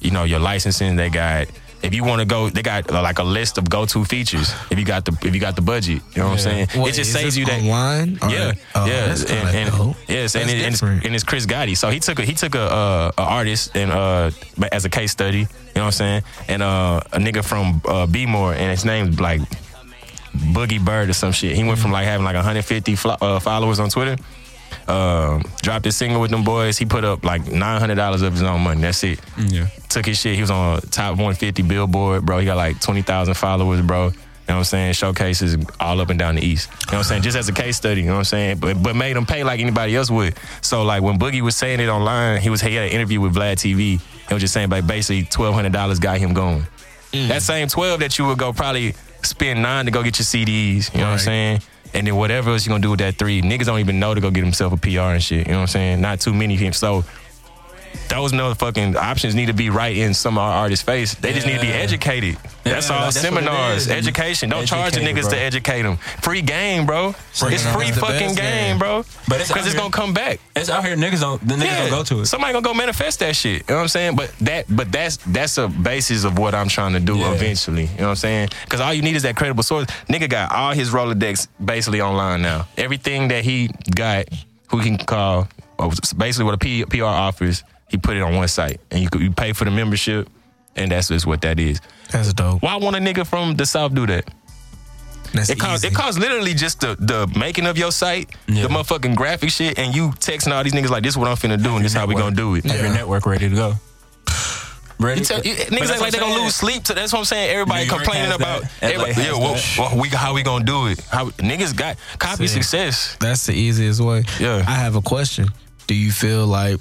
D: you know your licensing, they got. If you want to go, they got uh, like a list of go-to features. If you got the if you got the budget, you know what I'm saying.
B: Wait,
D: it just
B: is
D: saves
B: this
D: you that
B: online. Or-
D: yeah,
B: Oh,
D: yeah,
B: That's
D: and,
B: kinda
D: and-
B: dope.
D: yes, and,
B: That's
D: it, and, it's,
B: different.
D: and it's Chris Gotti. So he took a, he took a, uh, a artist and uh as a case study. You know what I'm saying? And uh, a nigga from uh, Bmore, and his name's like Boogie Bird or some shit. He went from like having like 150 flo- uh, followers on Twitter. Um, dropped his single with them boys. He put up like nine hundred dollars of his own money. That's it.
C: Yeah.
D: Took his shit. He was on top 150 Billboard, bro. He got like 20,000 followers, bro. You know what I'm saying? Showcases all up and down the East. You know what I'm saying? Just as a case study, you know what I'm saying? But but made him pay like anybody else would. So like when Boogie was saying it online, he was he had an interview with Vlad TV. He was just saying like basically twelve hundred dollars got him going. That same twelve that you would go probably spend nine to go get your CDs. You know what I'm
B: Right.
D: saying? And then whatever else you gonna do with that three, niggas don't even know to go get himself a PR and shit. You know what I'm saying? Not too many of him. So those motherfucking options need to be right in some of our artists' face. They just need to be
C: Yeah.
D: educated. that's
C: Yeah,
D: all.
C: like, that's what it
D: Seminars,
C: is.
D: education. Don't charge the
C: Educate,
D: niggas
C: bro.
D: to educate them. Free game, bro. it's
B: them
D: free
B: is the
D: fucking game,
B: best game.
D: bro.
C: But it's out
D: because it's
C: here.
D: gonna come back.
C: It's out here, niggas don't, the niggas don't go to it.
D: Somebody gonna go manifest that shit. You know what I'm saying? But that, but that's that's a basis of what I'm trying to do
C: Yeah.
D: eventually. You know what I'm saying? Because all you need is that credible source. Nigga got all his Rolodex basically online now. Everything that he got, who he can call, well, it's basically what a P, PR offers, he put it on one site, and you could, you pay for the membership, and that's just what that is.
B: That's dope.
D: Why won't a nigga from the south do that?
B: That's
D: It costs
B: easy.
D: it costs literally just the the making of your site,
C: Yeah.
D: the motherfucking graphic shit, and you texting all these niggas like this is what I'm finna do and this is how we gonna do it.
C: Have your network ready to go. Ready?
D: You tell- you-
C: But
D: niggas
C: that's
D: act like
C: what
D: they
C: I'm
D: gonna
C: saying.
D: lose sleep. To, that's what I'm saying. Everybody
C: New York
D: complaining
C: has
D: about.
C: that. LA
D: everybody,
C: has
D: yeah, well,
C: that.
D: well, we how we gonna do it? How niggas got copy
B: See.
D: success?
B: That's the easiest way.
D: Yeah.
B: I have a question. Do you feel like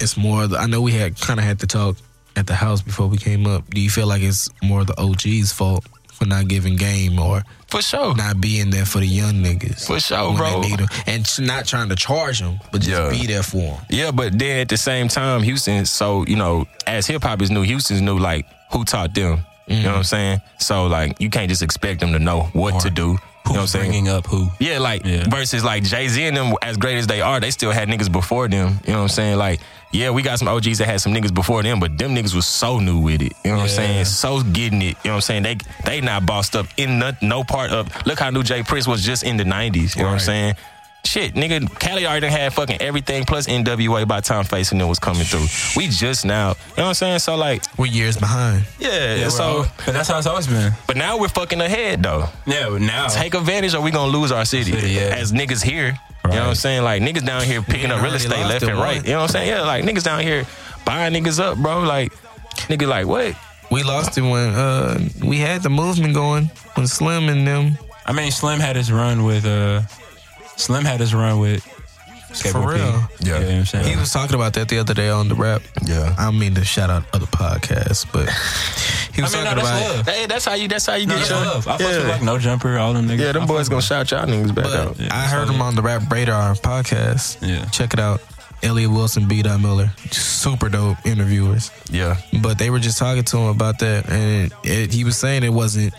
B: it's more? Of the, I know we had kind of had to talk at the house before we came up. Do you feel like it's more the OG's fault for not giving game or
D: For sure.
B: not being there for the young niggas.
D: For sure,
B: when
D: bro.
B: They need 'em. And s- not trying to charge them, but just
D: Yeah.
B: be there for them.
D: Yeah, but then at the same time, Houston, so, you know, as hip hop is new, Houston's new, like, who taught them? You
C: Mm.
D: know what I'm saying? So, like, you can't just expect them to know what to do. You know what I'm
C: Who's
D: saying?
C: bringing up who?
D: Yeah, like
C: Yeah.
D: versus like Jay Z and them, as great as they are, they still had niggas before them. You know what I'm saying? Like, yeah, we got some OGs that had some niggas before them, but them niggas was so new with it. You know what I'm
C: Yeah.
D: saying? So getting it. You know what I'm saying? They they not bossed up in no, no part of. Look how new Jay Prince was just in the '90s. You know what I'm
C: Right.
D: saying? Shit, nigga, Cali already done had fucking everything plus NWA by the time facing them was coming through. We just now, you know what I'm saying? So like,
B: We're years behind.
D: yeah,
C: Yeah,
D: so
C: so, but that's how it's always been.
D: but now we're fucking ahead though
C: Yeah, but now
D: take advantage or we gonna lose our city,
C: City, yeah.
D: as niggas here. You know what I'm
C: Right.
D: saying? Like niggas down here picking
B: Yeah,
D: up real
B: already
D: estate
B: lost
D: left
B: the
D: and right.
B: one.
D: You know what I'm saying? Yeah, like niggas down here buying niggas up, bro. Like nigga, like what?
B: We lost it when uh, we had the movement going when Slim and them.
C: I mean, Slim had his run with uh, Slim had his run with Skateboard
B: For
C: P.
B: real.
C: Yeah, you know what I'm saying.
B: He was talking about that the other day on the rap.
D: Yeah.
B: I don't mean to shout out other podcasts, but he was
C: I mean, no,
B: talking
C: that's
B: about.
C: love.
D: Hey, that's how you. That's how you
C: No,
D: get
C: that's
D: your.
C: love. I fucks with
D: yeah.
C: like no jumper, all them niggas.
D: yeah, them
C: I
D: boys
C: fuck
D: gonna
C: with-
D: shout y'all niggas back out.
B: But
D: Yeah.
B: I heard him on the Rap Radar podcast.
C: Yeah.
B: Check it out. Elliot Wilson, B. Dot Miller, super dope interviewers. But they were just talking to him about that, and it, he was saying it wasn't.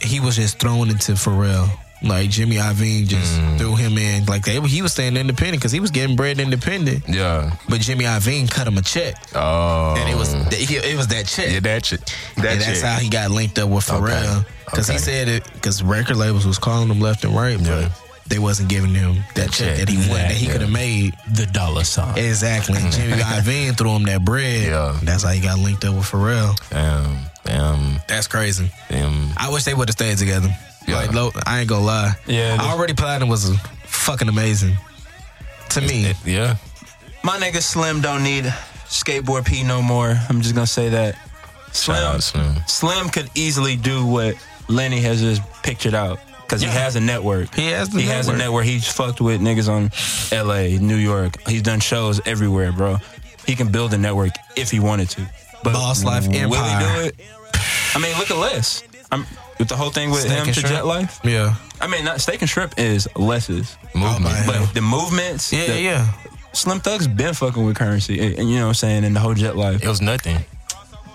B: He was just thrown into Pharrell. Like Jimmy Iovine just
C: Mm.
B: threw him in. Like they, he was staying independent because he was getting bread independent.
D: yeah.
B: But Jimmy Iovine cut him a check,
D: Oh,
B: and it was it was that check.
D: yeah, that shit. That
B: and
D: shit.
B: that's how he got linked up with Pharrell. Because he
D: Okay.
B: said it because record labels was calling him left and right, but
D: Yeah.
B: they wasn't giving him that check
D: check.
B: that he wanted that he
D: Yeah.
B: could have made.
C: the dollar sign.
B: Exactly. And Jimmy Iovine threw him that bread.
D: Yeah.
B: That's how he got linked up with Pharrell.
D: damn, damn,
B: That's crazy.
D: damn.
B: I wish they would have stayed together.
D: Yeah.
B: Like, low, I ain't gonna lie.
C: Yeah, it is.
B: Already Platinum was fucking amazing to me.
D: Yeah,
C: My nigga Slim don't need skateboard P no more. I'm just gonna say that.
D: shout
C: Slim,
D: out Slim.
C: Slim could easily do what Lenny has just pictured out because
B: Yeah.
C: he has a network.
B: He has the
C: he has a
B: network.
C: network. He's fucked with niggas on L.A., New York. He's done shows everywhere, bro. He can build a network if he wanted to. But
B: Boss Life
C: Will
B: Empire.
C: he do it? I mean, look at Les. I'm, with the whole thing with
B: Steak
C: him
B: and
C: to
B: shrimp?
C: Jet Life.
B: Yeah.
C: I mean, not Steak and Shrimp is Les's,
B: Movement.
C: but the movements.
B: Yeah,
C: the-
B: yeah.
C: Slim Thug's been fucking with currency, and, and you know what I'm saying, and the whole jet life.
D: It was nothing.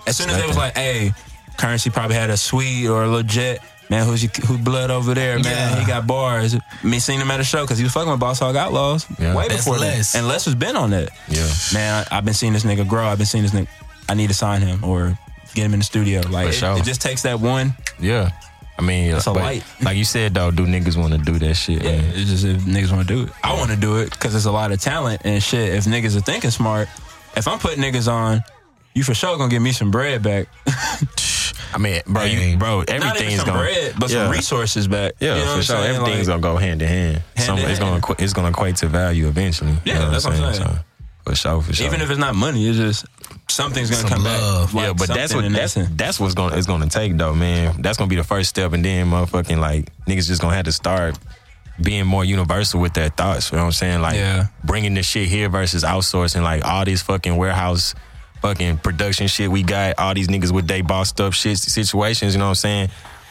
C: As soon as they was like, "Hey, currency probably had a suite or a little jet." Man, who's who blood over there? Man,
B: Yeah.
C: he got bars. Me seen him at a show because he was fucking with Boss Hog Outlaws
D: Yeah.
C: way
B: That's
C: before
B: Les.
C: that, and Les has been on that.
D: Yeah.
C: man, I, I've been seeing this nigga grow. I've been seeing this nigga. I need to sign him or get him in the studio. Like
D: For
C: it,
D: sure.
C: it just takes that one.
D: Yeah. I mean,
C: That's a
D: but
C: light.
D: like you said, though, do niggas want to do that shit?
C: Yeah,
D: man?
C: it's just if niggas want to do it. I want to do it because there's a lot of talent and shit. If niggas are thinking smart, if I'm putting niggas on, you for sure gonna give me some bread back.
D: I mean, bro, you,
B: Man.
D: bro,
C: Not even
D: everything's
C: some
D: gonna
C: bread, but
D: yeah.
C: some resources back.
D: Yeah,
C: You know what
D: for
C: I'm
D: sure.
C: saying?
D: Everything's
C: Like,
D: gonna go hand in hand.
C: Hand
D: Some,
C: in
D: it's gonna
C: hand.
D: equ- it's gonna equate to value eventually. You
C: Yeah,
D: know what
C: that's
D: I'm
C: what I'm saying.
D: So, for sure, for sure.
C: even if it's not money, it's just something's gonna
B: Some
C: come
B: love.
C: back. Like,
D: yeah, but that's
C: something
D: what
C: in
D: that's
C: essence.
D: that's what's gonna it's gonna take though, man. That's gonna be the first step, and then motherfucking like niggas just gonna have to start being more universal with their thoughts. You know what I'm saying? Like
C: Yeah.
D: bringing this shit here versus outsourcing. Like all these fucking warehouse fucking production shit we got. All these niggas with they bossed up shit situations. You know what I'm saying?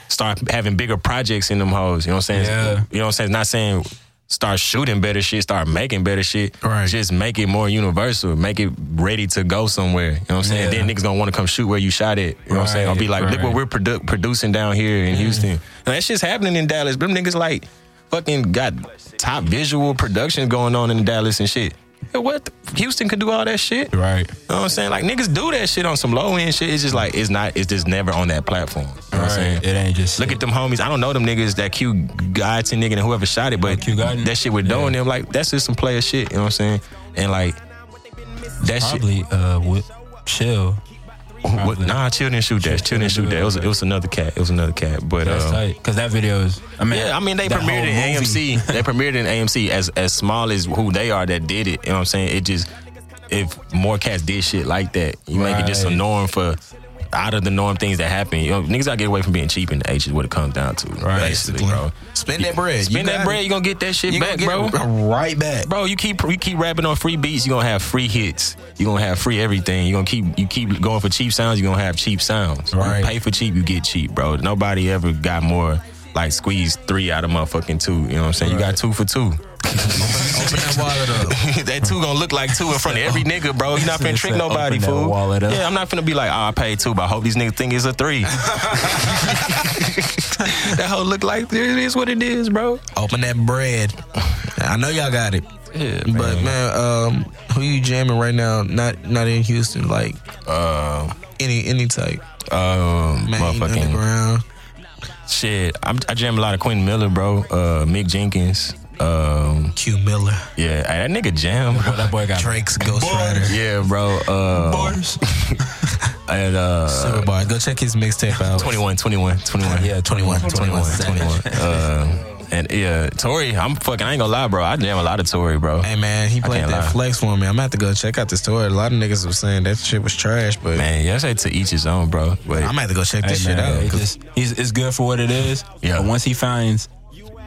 D: Start having bigger projects in them hoes. You know what I'm saying?
C: Yeah.
D: You know what I'm saying? Not saying start shooting better shit, start making better shit.
B: Right.
D: Just make it more universal. Make it ready to go somewhere. You know what I'm saying?
C: Yeah.
D: Then niggas gonna want to come shoot where you shot it. You know what I'm saying? I'll be like,
C: Right,
D: look what
C: right.
D: we're produ- producing down here in Houston. And that shit's happening in Dallas. Them niggas like fucking got top visual productions going on in Dallas and shit. Yeah, What the- Houston could do all that shit? You
C: right.
D: know what I'm saying? Like niggas do that shit on some low end shit. It's just like it's not. It's just never on that platform. You know what I'm saying?
C: It ain't just
D: Look at them homies. I don't know them niggas that Q Godson nigga and whoever shot it, but
C: Q Godson?
D: that shit with doing them like that's just some player shit. You know what I'm saying? And like that shit.
C: probably uh with chill.
D: What, nah, chill didn't shoot that. Chill didn't shoot that. It was it was another cat. It was another cat. But
C: That's
D: um,
C: tight because that video is. I mean,
D: yeah, I mean they
C: that whole
D: premiered in
C: movie-
D: AMC. they premiered in AMC as as small as who they are that did it. You know what I'm saying? It just if more cats did shit like that, you make it just a
C: Right.
D: norm for out of the norm things that happen. You know, niggas gotta get away from being cheap in the H is what it comes down to.
B: Right.
D: Basically, bro.
B: Spend that bread. You
D: Spend
B: got
D: that
B: it.
D: bread, you gonna get that shit
B: You gonna
D: back,
B: get
D: bro.
B: it Right back.
D: Bro, you keep you keep rapping on free beats, you're gonna have free hits. You're gonna have free everything. You're gonna keep you keep going for cheap sounds, you're gonna have cheap sounds. You
B: Right.
D: pay for cheap, you get cheap, bro. Nobody ever got more like squeeze three out of motherfucking two. You know what I'm saying? You got two for two.
B: Open that wallet up.
D: that two gonna look like two in front of every nigga, bro. You're not finna
C: Said,
D: trick
C: said,
D: nobody,
C: "Open that
D: fool.
C: wallet up.
D: Yeah, I'm not finna be like, oh, I paid two, but I hope these niggas think it's a three. that hoe look like it is what it is, bro.
B: Open that bread. I know y'all got it.
D: Yeah,
B: But man, um, who you jamming right now? Not not in Houston, like
D: uh,
B: any any type.
D: um,
B: Main
D: motherfucking
B: underground.
D: Shit, I'm, I jam a lot of Quentin Miller, bro. Uh, Mick Jenkins. Um,
B: Q Miller.
D: yeah, that nigga jam, bro.
C: That boy got
B: Drake's Ghost Rider.
D: Yeah, bro. Uh,
C: bars.
D: and uh,
B: Silver Bar. Go check his mixtape out.
D: 21, 21, 21.
B: Yeah, 21, 21, 21.
D: Uh, and yeah, Tory, I'm fucking. I ain't gonna lie, bro. I jam a lot of Tory, bro.
B: Hey man, he played
D: can't
B: that
D: lie.
B: flex for me. I'm gonna have to go check out the story. A lot of niggas was saying that shit was trash, but
D: Man, yeah, I say to each his own, bro. But
B: I'm gonna have to go check this shit out.
C: it
B: 'cause
C: just- he's it's good for what it is.
D: Yeah.
C: But once he finds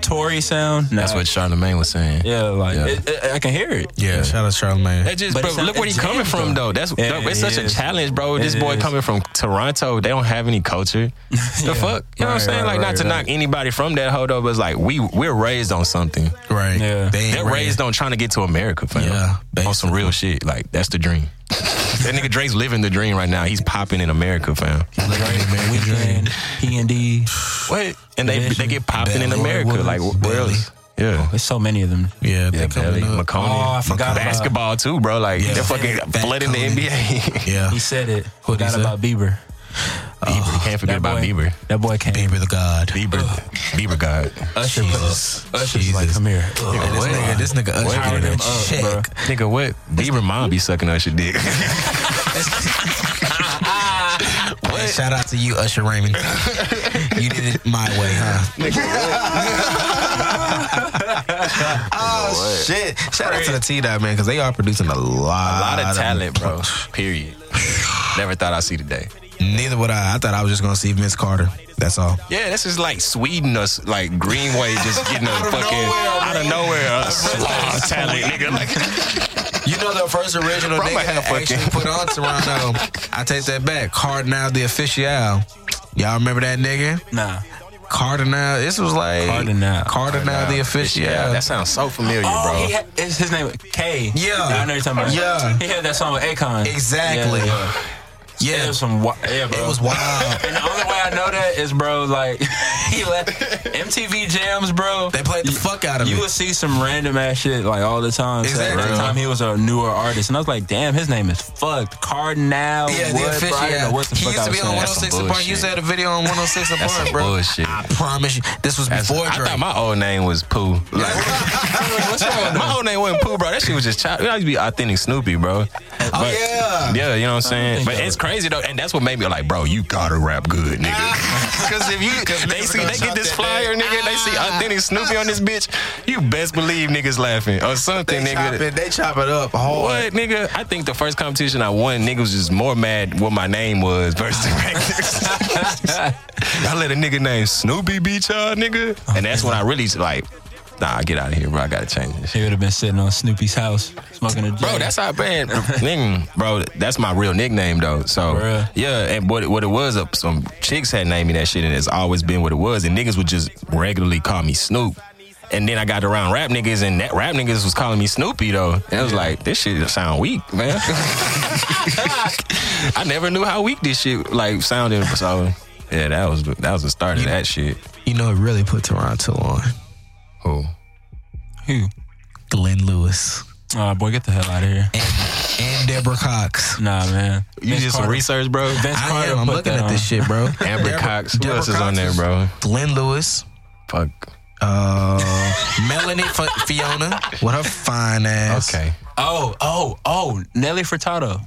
C: Tory sound,
D: that's
C: nah.
D: what Charlamagne was saying.
C: Yeah, like
D: Yeah.
C: It, it, I can hear it.
B: yeah, shout out Charlamagne.
D: That just,
C: But
D: bro,
C: it's not-
D: look where he's
C: it's
D: coming
C: him,
D: from,
C: though.
D: though. That's
C: Yeah,
D: though, it's
C: it
D: such
C: is.
D: a challenge, bro. This
C: It
D: boy
C: is.
D: coming from Toronto, they don't have any culture. The fuck, you know what I'm
C: Right,
D: saying?
C: right,
D: like, not
C: right,
D: to
C: right.
D: knock anybody from that hold up, but it's like we we're raised on something.
B: right.
C: Yeah.
B: They ain't
D: They're raised on trying to get to America, fam.
B: Yeah,
D: on some real shit. Like that's the dream. that nigga Drake's living the dream right now. He's popping in America, fam.
C: Like, right, weekend, P and D.
D: What? And they
C: Division.
D: they get popping in
B: Belly.
D: America.
B: Roy
D: Like
B: Wooders.
D: where
B: Belly.
D: else? Yeah.
C: There's so many of them.
B: Yeah, they
D: Yeah, Belly,
B: coming up.
D: McConaughey.
C: Oh, I forgot about-
D: basketball too, bro. Like
B: Yeah.
D: they're fucking
B: Fat
D: flooding the
B: Conan.
D: NBA.
B: Yeah,
C: He said it.
B: What'd he
C: Forgot
B: say?
C: about Bieber.
D: Bieber. You can't forget
C: Oh, That
D: about
C: boy-
D: Bieber.
C: That boy came.
B: Bieber the God.
D: Bieber. Bieber God.
C: Usher, bro.
B: Jesus.
C: Usher's like,
B: Jesus.
C: come here.
B: Hey, this
D: What?
B: nigga, this nigga
D: What?
B: Usher getting a
C: Him up, bro.
B: check.
D: Nigga, what? Bieber mom be sucking us your dick.
B: Hey, shout out to you, Usher Raymond. you did it my way, huh? oh shit! Shout out to the T Dot man, because they are producing a lot,
D: A lot of talent, bro. Period. Never thought I'd see today.
B: Neither would I. I thought I was just gonna see Vince Carter. That's all.
D: Yeah, this is like Sweden or s- like Greenway just getting a fucking
B: nowhere,
D: out of nowhere a slaw talent, nigga. Like,
B: You know the first original
D: Bro, I'm
B: nigga
D: like,
B: had
D: fucking-
B: actually put on Toronto. I take that back. Cardinal the official. Y'all remember that nigga?
C: Nah.
B: Cardinal. This was like
C: Cardinal.
B: Cardinal the official.
D: Yeah, that sounds so familiar,
C: Oh,
D: bro.
C: he had, it's his name K.
B: Yeah.
C: I know you're talking about.
B: Yeah.
C: He had that song with Akon.
B: Exactly.
C: Yeah, yeah. It
B: yeah.
C: was some. wi- Yeah, bro.
B: It was wild.
C: And the only way I know that is, bro, like, he left MTV Jams, bro.
B: They played the fuck out of
C: You
B: me.
C: would see some random ass shit, like, all the time. So at
B: Exactly.
C: that time, he was a newer artist. And I was like, damn, his name is fucked. Cardinal.
B: Yeah, the
C: Wood,
B: official.
C: bro. I didn't know what the
B: he
C: fuck
B: used
C: I
B: to
C: was
B: be on
C: saying.
D: That's
B: 106
D: some
B: and Park. He used to
D: bullshit.
B: have a video on 106 and
D: That's
B: Park,
D: some
B: bro.
D: bullshit.
B: I promise you, this was
D: That's-
B: before
D: I
B: Drake.
D: thought my old name was Pooh. Like,
C: What's wrong with
D: my old name wasn't Pooh, bro. That shit was just child. I used to be authentic Snoopy, bro. But-
B: Oh, yeah.
D: Yeah, you know what I'm saying?
C: think
D: But
C: that
D: it's crazy though, and that's what made me like, bro, you gotta rap good, nigga. Because if you
B: Ah.
D: they
B: niggas
D: see
B: gonna
D: they
B: chop
D: get this
B: that Ah.
D: flyer, nigga, they see authentic Snoopy on this bitch, you best believe niggas laughing or something,
B: they, chop
D: nigga.
B: it, they chop it up hard.
D: What nigga? I think the first competition I won, nigga was just more mad what my name was versus the records. I let a nigga named Snoopy beat y'all, nigga, and that's when I really like, nah, get out of here, bro. I gotta change this.
C: He would have been sitting on Snoopy's house smoking a J.
D: Bro, that's our band. Nigga, bro, that's my real nickname though. So
C: For real?
D: yeah, and what it- what it was, uh, some chicks had named me that shit, and it's always been what it was. And niggas would just regularly call me Snoop. And then I got around rap niggas, and that rap niggas was calling me Snoopy though. And it was like, this shit sound weak, man. I never knew how weak this shit like sounded. So yeah, that was that was the start of that shit.
B: You know, it really put Toronto on.
D: Who?
C: who?
B: Glenn Lewis
C: Oh, boy, get the hell out of here.
B: and Deborah Cox.
C: Nah, man.
D: You
C: Vince
D: did some
C: Carter.
D: research, bro.
C: Vince
B: I
C: Carter
B: am. I'm
C: put
B: looking
C: that
B: at this
C: on.
B: shit, bro.
D: Amber
B: Deborah-
D: Cox. Who
B: Deborah
D: else is on
B: Cox
D: there, bro?
B: Glenn Lewis,
D: Fuck.
B: uh, Melanie F- Fiona, what her fine ass.
D: Okay.
C: Oh, oh, oh, Nelly Furtado.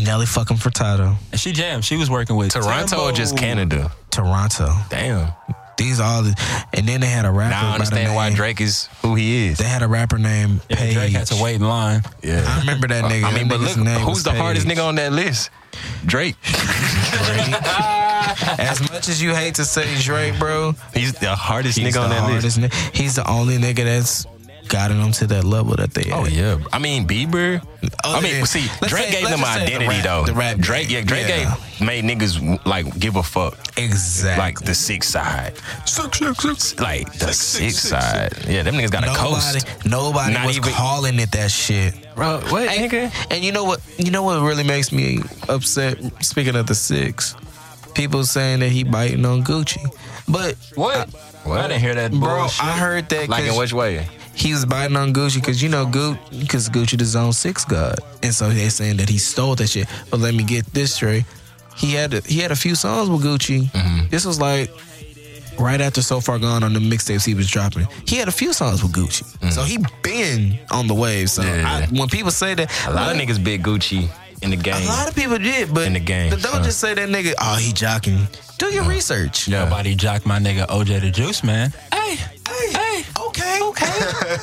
B: Nelly fucking Furtado,
C: And she jammed. She was working with
D: Toronto or just
C: Timbo.
D: Canada?
B: Toronto.
D: Damn.
B: These all, the, and then they had a rapper.
D: Now I
B: by the
D: understand why
B: name-
D: Drake is who he is.
B: They had a rapper named
C: Yeah,
B: Page.
C: Drake had to wait in line.
D: Yeah.
B: I remember that nigga.
D: I mean,
B: That
D: but
B: nigga's
D: look,
B: name
D: who's
B: was
D: the hardest
B: Paige.
D: nigga on that list? Drake.
B: As much as you hate to say Drake, bro,
D: He's the hardest
B: he's
D: nigga on
B: the
D: that list.
B: hardest. Ni- he's the only nigga that's gotten them to that level that they.
D: Oh
B: at.
D: yeah. I mean Bieber.
B: Other
D: I mean,
B: than-
D: see,
B: let's
D: Drake
B: say-
D: gave
B: let's
D: them
B: just say the
D: identity
B: rap-
D: though.
B: the rap game.
D: Drake, yeah, Drake
B: Yeah.
D: gave made niggas like give a fuck.
B: exactly.
D: Like the six side. Like the six side. Yeah, them niggas got a
B: nobody,
D: coast.
B: nobody
D: Not
B: was
D: even-
B: calling it that shit.
D: Bro, what nigga?
B: And you know what? You know what really makes me upset. Speaking of the six, people saying that he biting on Gucci, but
C: What? I didn't hear that,
B: bro,
C: bullshit.
B: I heard that
D: Like in
B: 'cause
D: which way?
B: he was biting on Gucci because you know Gucci because Gucci the Zone Six God, and so they're saying that he stole that shit. But let me get this straight: he had a, he had a few songs with Gucci.
D: Mm-hmm.
B: This was like right after So Far Gone on the mixtapes he was dropping. He had a few songs with Gucci, so he been on the wave. So
D: Mm. Yeah.
B: I, when people say that,
D: A lot of niggas big Gucci in the game.
B: a lot of people did, but
D: In the game,
B: But don't
D: so.
B: just say that nigga. Oh, he jocking. Do your research.
C: Nobody jocked my nigga OJ the Juice, man.
B: Hey, hey, hey. Okay, okay.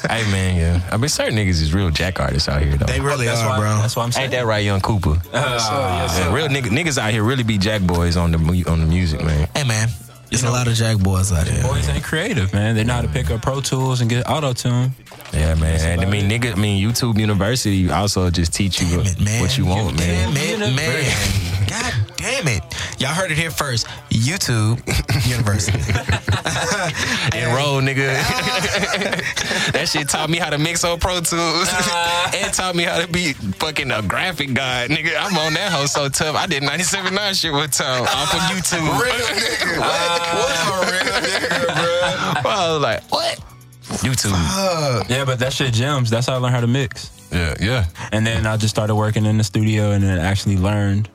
D: Hey man, yeah. I mean certain niggas is real jack artists out here though.
B: they really
C: That's
B: are,
C: why,
B: bro.
C: That's why I'm saying. uh,
D: Ain't that right, Young Cooper? Yeah, real nigga, niggas out here really be jack boys on the mu- on the music, man.
B: Hey, man. There's a lot of jack boys out here.
C: Boys ain't creative, man. They know how to pick up Pro Tools and get auto tune.
D: Yeah, man. And I mean, nigga, I mean, YouTube University also just teach you
B: Damn it, man.
D: what you want, man.
B: Damn it, man. God damn it. Y'all heard it here first. YouTube University.
D: Enroll, nigga. that shit taught me how to mix on Pro Tools
E: Uh-huh.
D: and taught me how to be fucking a graphic guy, nigga. I'm on that hoe so tough. I did 97.9 shit one time off of YouTube.
E: nigga. what a real nigga, bro.
D: I was like, what? YouTube.
C: Yeah, but that shit gems. That's how I learned how to mix.
D: Yeah, yeah.
C: And then I just started working in the studio and then actually learned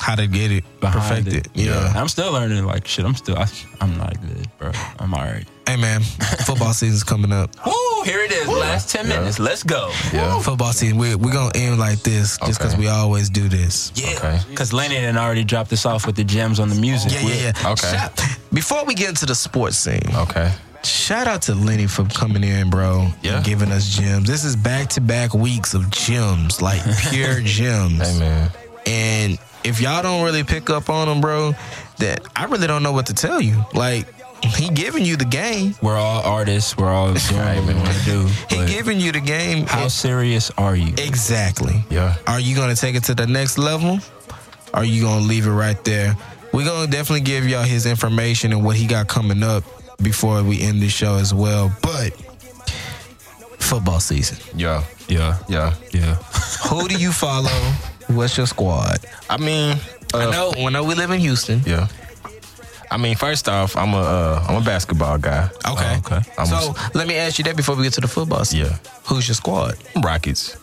B: How to get it.
C: behind
B: Perfect it.
C: it.
B: Yeah.
C: I'm still learning. Like shit, I'm still. I, I'm not good, bro. I'm all right.
B: Hey, man. Football season's coming up.
C: Woo! Here it is. Last ten minutes. Let's go.
D: Yeah.
B: Football season. We're, we're going to end like this just because
D: Okay.
B: we always do this.
C: Yeah.
D: Okay.
C: Cause Lennon had already dropped us off with the gems on the music.
B: Yeah, yeah, yeah.
D: Okay. Oh.
B: Shout- before we get into the sports scene,
D: Okay.
B: shout out to Lenny for coming in, bro.
D: Yeah.
B: And giving us gems. This is back to back weeks of gems, like pure gems.
D: Hey, man.
B: And if y'all don't really pick up on him, bro, that I really don't know what to tell you. Like, he giving you the game.
C: We're all artists. We're all doing what we want to do.
B: He
C: but
B: giving you the game.
C: how serious are you?
B: Exactly.
D: Yeah.
B: Are you gonna take it to the next level? Are you gonna leave it right there? We're gonna definitely give y'all his information and what he got coming up before we end the show as well. But football season.
D: Yeah.
C: Yeah.
D: Yeah.
C: Yeah.
B: Who do you follow? What's your squad?
D: I mean,
B: I
D: uh,
B: know I know we live in Houston.
D: Yeah. I mean, first off, I'm a uh, I'm a basketball guy.
B: Okay.
C: okay.
D: I'm
B: so let me ask you that before we get to the football season.
D: Yeah.
B: Who's your squad?
D: I'm Rockets.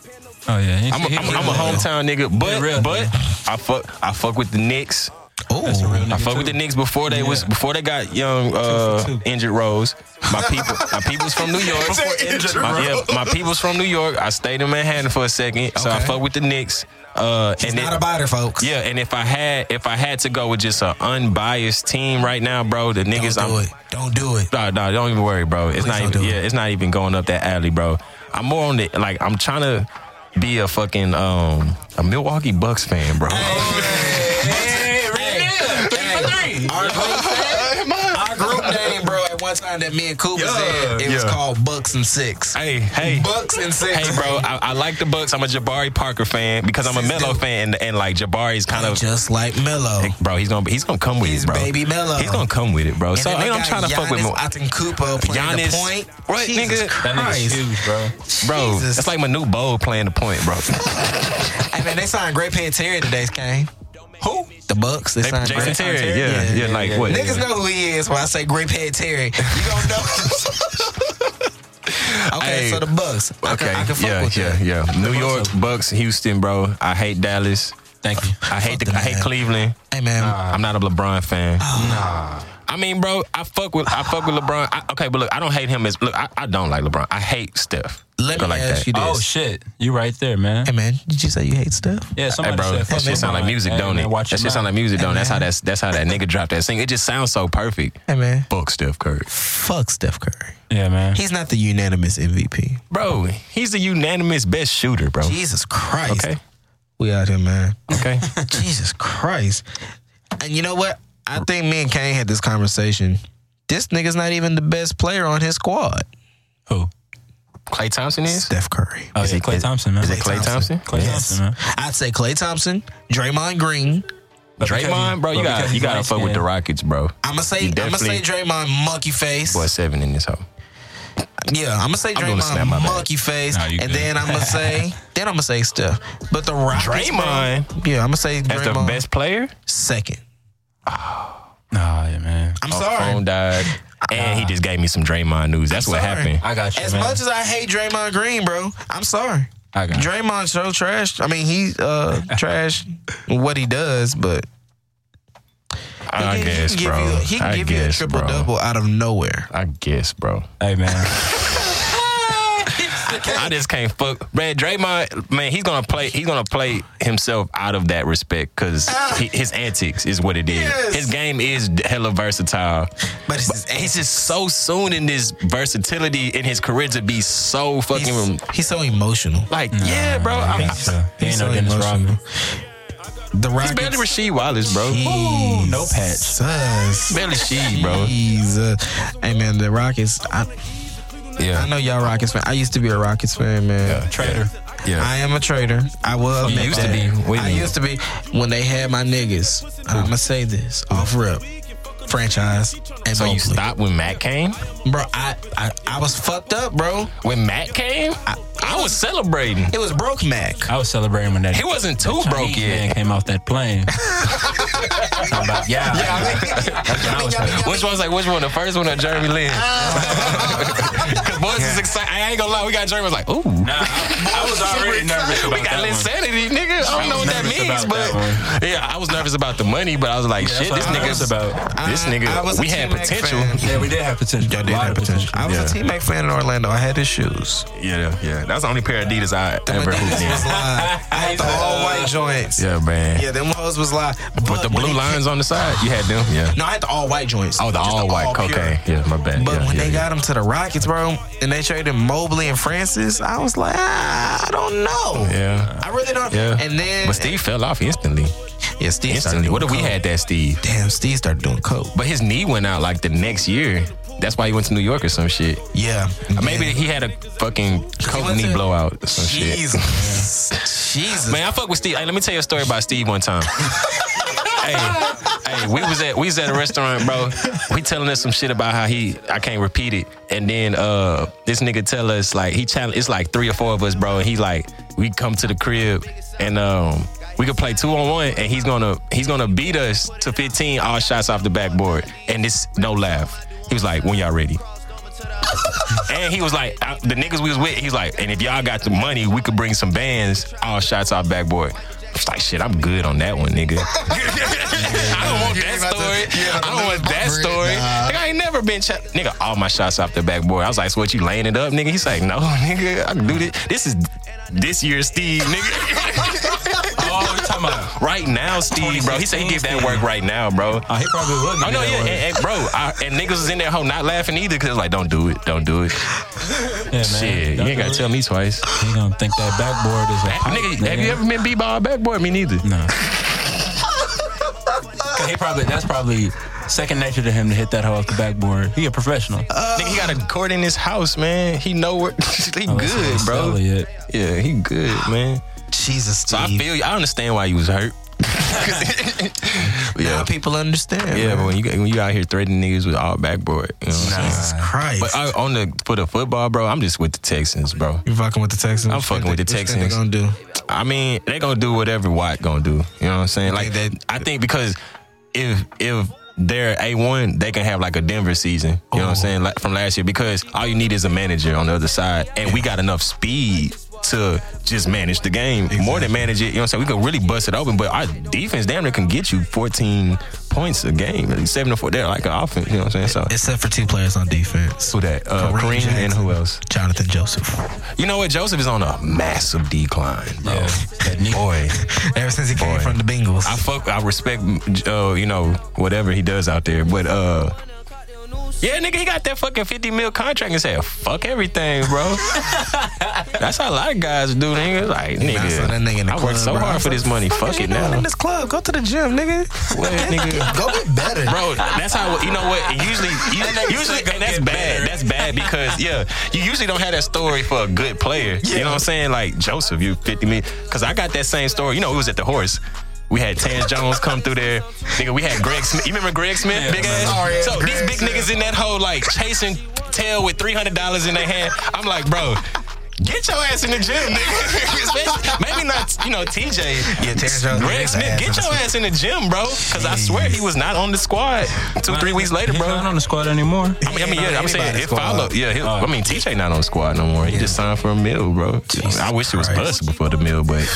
C: Oh yeah.
D: I'm a, I'm, I'm a hometown nigga, but
C: real
D: but I fuck I fuck with the Knicks.
B: Oh,
D: I fuck with the Knicks before they was before they got young uh, injured Rose. My people, my people's from New York.
E: Before injured
D: my,
E: Rose.
D: yeah, my people's from New York. I stayed in Manhattan for a second, so I
B: Okay.
D: fuck with the Knicks. Uh,
B: it's
D: and then-
B: not a biter, folks.
D: Yeah, and if I had if I had to go with just an unbiased team right now, bro, the
B: Don't
D: niggas
B: do
D: I'm
B: it. Don't do it.
D: No, no, don't even worry, bro. It's
B: Please
D: not
B: don't
D: even
B: do it.
D: yeah, it's not even going up that alley, bro. I'm more on the like I'm trying to be a fucking um a Milwaukee Bucks fan, bro.
B: Our group name, bro, at one time that me and Coop was in, it was
D: yeah.
B: called Bucks and Six.
D: Hey, hey.
B: Bucks and Six.
D: Hey, bro, I, I like the Bucks. I'm a Jabari Parker fan because I'm a
B: Sis,
D: Melo
B: dude.
D: fan, and, and like Jabari's kind of
B: Just like Melo.
D: bro. He's gonna he's gonna come with
B: He's
D: it, bro.
B: baby Melo.
D: He's gonna come with it, bro.
B: And
D: so
B: then
D: I
B: they
D: mean, I'm
B: got
D: trying to fuck with
B: Giannis
D: more,
B: Antetokounmpo playing the
D: Giannis.
B: point.
D: Right,
B: Jesus
D: nigga?
C: That nigga's
B: Christ.
C: huge, bro.
D: bro.
B: Jesus.
D: It's like my new bowl playing the point, bro.
B: Hey, man, they signed Great Pantera today, Kane. Who? The Bucks. They, signed
D: Jason
B: Grant
D: Terry,
B: Pantera.
D: yeah, yeah, like what?
B: Niggas know who he is when I say Great Pantera. You gonna know. okay,
D: Hey.
B: so the Bucks. I
D: Okay,
B: can, I can fuck
D: yeah,
B: with
D: yeah,
B: that.
D: yeah. New York Bucks, Houston, bro. I hate Dallas.
C: Thank you.
D: I hate the,
B: Fuck
D: I hate
B: that.
D: Cleveland.
B: Hey, man.
D: I'm not a LeBron fan. Nah. I mean, bro, I fuck with I fuck with LeBron. I, okay, but look, I don't hate him as look. I, I don't like LeBron. I hate Steph.
B: Let me
D: like
B: ask
D: that.
B: you this.
C: Oh shit, you right there, man.
B: Hey man, did you say you hate stuff?
C: Yeah,
D: Hey,
C: somebody
D: bro,
C: said,
D: that
C: "Fuck your
D: shit sound like
C: mind."
D: music,
C: Hey,
D: don't
C: man,
D: it?
C: watch
D: That
C: your
D: shit sound
C: mouth.
D: like music, don't it? That's how that's that's how that nigga dropped that single. It just sounds so perfect.
B: Hey man,
D: Fuck Steph Curry,
B: fuck Steph Curry.
C: Yeah, man.
B: He's not the unanimous MVP.
D: bro. He's the unanimous best shooter, bro.
B: Jesus Christ.
D: Okay,
B: We out here, man.
D: okay.
B: Jesus Christ. And you know what? I think me and Kane had this conversation. This nigga's not even the best player on his squad.
C: Who?
D: Clay Thompson is.
B: Steph Curry.
C: Oh, yeah,
D: it-
C: Clay
D: is-
C: Thompson, man.
D: Is it Clay Thompson?
C: Klay Thompson, man.
B: I'd say Clay Thompson, Draymond Green.
C: But because
D: Draymond,
C: he-
D: bro, you
C: but
D: got
C: because
D: you
C: he's
D: got to fuck with the
C: light-skinned.
D: Rockets, bro.
B: I'ma say
D: You
B: I'ma say
D: definitely-
B: Draymond monkey face.
D: Boy, seven in this hole.
B: Yeah, I'ma say
D: gonna snap
B: Draymond
D: my back.
B: monkey face.
C: Nah, you
B: and
C: good.
B: then I'ma say then I'ma say Steph. But the Rockets
D: Draymond?
B: Yeah, I'ma say
D: That's the
B: Draymond
D: best player.
B: second.
C: Nah, yeah, man.
B: I'm
D: My
B: sorry.
D: Oh, phone died, and he just gave me some Draymond news. That's what
B: sorry.
D: happened.
C: I got you,
B: As
C: man.
B: much as I hate Draymond Green, bro, I'm sorry.
C: I got you.
B: Draymond's so trash. I mean, he's uh, trash in what he does, but
D: I,
B: he can-
D: guess,
B: he can give
D: bro.
B: you a, he can
D: I
B: give
D: guess,
B: you a triple
D: bro.
B: double out of nowhere.
D: I guess, bro.
C: Hey, man.
D: I just can't fuck. Man, Draymond, man, he's gonna play. He's gonna play himself out of that respect because his antics is what it is.
B: Yes.
D: His game is hella versatile.
B: But it's his
D: But he's
B: antics.
D: just so soon in this versatility in his career to be so fucking
B: He's, he's so emotional.
D: like, yeah, bro. I, I,
C: So, he ain't
B: He's
C: no
B: so
C: Dennis
B: emotional.
C: Rodman.
B: The
D: he's
B: Rockets.
D: barely Rasheed Wallace, bro.
B: Ooh,
C: no patch.
B: patch.
D: Barely she, bro.
B: Jesus. Hey man, the Rockets. I, I
D: Yeah,
B: know y'all Rockets fan. I used to be a Rockets fan, man.
C: Traitor.
D: yeah.
B: I am a trader. I will admit
D: used to
B: that.
D: be. Wait a
B: I
D: minute.
B: used to be when they had my niggas. I'm gonna say this off rip franchise and
D: So you
B: Mobley.
D: stopped when Matt came?
B: bro. I, I I was fucked up, bro.
D: When Matt came, I, I was celebrating.
B: It was broke Mac.
C: I was celebrating when that
D: He wasn't too broke
C: Chinese man
D: yet.
C: came off that plane. Talking about, yeah,
D: Which one's like which one? The first one or Jeremy Lin? Because boys is excited. I ain't gonna lie, we got Jeremy like, ooh,
C: Nah, I, I was already nervous about
D: we got
C: that one.
D: insanity, nigga. I don't know
C: was
D: what that
C: nervous
D: means,
C: about
D: but
C: that
D: yeah, I was nervous about the money, but I was like,
C: Yeah,
D: shit, this
C: that's what I was
D: nigga's
C: about.
B: I-
D: This nigga,
B: I was a
D: we had
B: T-Mac
D: potential.
B: fan.
C: Yeah, we did have potential.
B: Y'all
C: a
B: did
C: lot
B: have
C: of
B: potential.
C: potential.
B: I was
D: Yeah.
B: a T Mac fan in Orlando. I had his shoes.
D: Yeah, yeah, that's the only pair of Adidas I
B: My
D: ever
B: niggas
D: hooped
B: was
D: in.
B: live. I had the all white joints. Yeah,
D: Yeah, man.
B: them hoes was live.
D: But the
B: when
D: blue
B: they-
D: lines on the side, you had them. Yeah.
B: No, I had the all white joints.
D: Oh, the
B: Just
D: all white.
B: pure.
D: Okay. Yeah, my bad.
B: But
D: Yeah,
B: when
D: yeah,
B: they
D: yeah.
B: got him to the Rockets, bro, and they traded Mobley and Francis, I was like, ah, I don't know.
D: Yeah.
B: I really don't.
D: Yeah.
B: And then,
D: But Steve fell off instantly.
B: yeah, Steve started
D: Instantly.
B: doing
D: What if we
B: coke.
D: had that Steve?
B: Damn, Steve started doing coke.
D: But his knee went out like the next year. That's why he went to New York or some shit.
B: Yeah.
D: Uh, Maybe he had a fucking coke
B: went
D: knee
B: to-
D: blowout or some shit.
B: Jesus. Jesus.
D: Man, I fuck with Steve. Hey, let me tell you a story about Steve one time. hey, hey, we was at we was at a restaurant, bro. We telling us some shit about how he I can't repeat it. And then uh this nigga tell us like he challenge it's like three or four of us, bro, and he like, we come to the crib and um we could play two on one and he's gonna he's gonna beat us to 15 all shots off the backboard. And this no laugh. He was like, when y'all ready? And he was like, I- the niggas we was with, he was like, and if y'all got the money, we could bring some bands, all shots off backboard. I was like, shit, I'm good on that one, nigga. I don't want that
E: about to-
D: story.
E: you ain't about
D: I
E: to
D: don't want
E: lose my
D: that
E: bread,
D: story.
E: nah.
D: Nigga, I ain't never been shot. Nigga, all my shots off the backboard. I was like, so what, you laying it up, nigga? He's like, no, nigga, I can do this. This is this year, Steve, nigga.
C: Oh, you talking about?
D: right now, Steve, bro. He said he give that work right now, bro.
C: Oh, he probably would.
D: Oh no, yeah, and, and bro, I, and niggas was in there hoe not laughing either because like, don't do it, don't do it.
C: yeah, man.
D: Shit, you ain't gotta tell me twice.
C: He gonna think that backboard is a pipe,
D: Nigga, have you ever been beat by a backboard? Me neither.
C: No. he probably that's probably second nature to him to hit that hoe off the backboard. He a professional.
D: Nigga, he got a court in his house, man. He know where he
C: Unless he
D: good,
C: ain't
D: bro.
C: selling it.
D: Yeah, he good, man.
B: Jesus, Steve.
D: So I feel you. I understand why you was hurt. 'Cause-
B: now
D: yeah,
B: people understand.
D: yeah. But
B: man.
D: when you when you out here threatening niggas with all backboard, you know what I'm saying?
B: Jesus Christ.
D: But I, on the for the football, bro, I'm just with the Texans, bro.
B: You're fucking with the Texans.
D: I'm fucking with the Texans.
B: What you think they gonna
D: I mean, they gonna do whatever Watt gonna do. You know what I'm saying? Like
B: think
D: I think because if if they're a one, they can have like a Denver season. You
B: Oh.
D: know what I'm saying? Like from last year, because all you need is a manager on the other side, and we got enough speed to just manage the game more than manage it. You know what I'm saying? We could really bust it open, but our defense damn near can get you 14 points a game, like seven to four. They're like an offense. You know what I'm saying? So
B: Except for two players on defense.
D: who that? Uh,
B: Kareem
D: Kareem and
B: Jackson.
D: who else?
B: Jonathan Joseph.
D: You know what? Joseph is on a massive decline, bro.
C: Yeah. That knee-
D: Boy,
B: Ever since he came
D: Boy.
B: from the Bengals.
D: I fuck. I respect, uh, you know, whatever he does out there, but uh. Yeah, nigga, he got that fucking 50 mil contract and said, fuck everything, bro. That's how a lot of guys do, nigga.
B: I
D: Like,
B: saw
D: nigga,
B: that nigga in the
D: I
B: club,
D: worked so
B: bro. I
D: hard for
B: was
D: this money.
B: like,
D: Fuck
B: "What
D: it
B: you doing
D: now.
B: in this club. Go to the gym, nigga.
D: What, nigga?
B: Go get better.
D: Bro, that's how you know what. Usually, you, usually, and that's
C: get
D: bad. That's bad because yeah, you usually don't have that story for a good player. You know what I'm saying? Like Joseph, you 50 me because I got that same story. You know, it was at the horse. We had Terrence Jones come through there. Nigga, we had Greg Smith. You remember Greg Smith? big ass.
E: Sorry, it's
D: so these
E: Greg
D: big
E: Smith.
D: niggas in that hole like chasing tail with three hundred dollars in their hand. I'm like, bro. Get your ass in the gym, nigga. Especially- Maybe not, you know, TJ.
B: Yeah, Terrence Jones
D: Greg
B: is
D: Smith,
B: ass in
D: get
B: the
D: your ass in the gym, bro. Because I swear he was not on the squad two, three weeks later,
C: He's
D: bro.
C: not on the squad anymore.
D: I mean, I mean,
B: He ain't
D: yeah,
B: on
D: I'm saying
B: anybody's
D: it
B: squad.
D: followed. Yeah, he, I mean, TJ not on the squad no more. He just signed for a mill, bro. I wish it was
B: Christ.
D: bust before the mill, but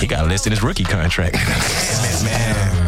D: he got less than his rookie contract.
B: man.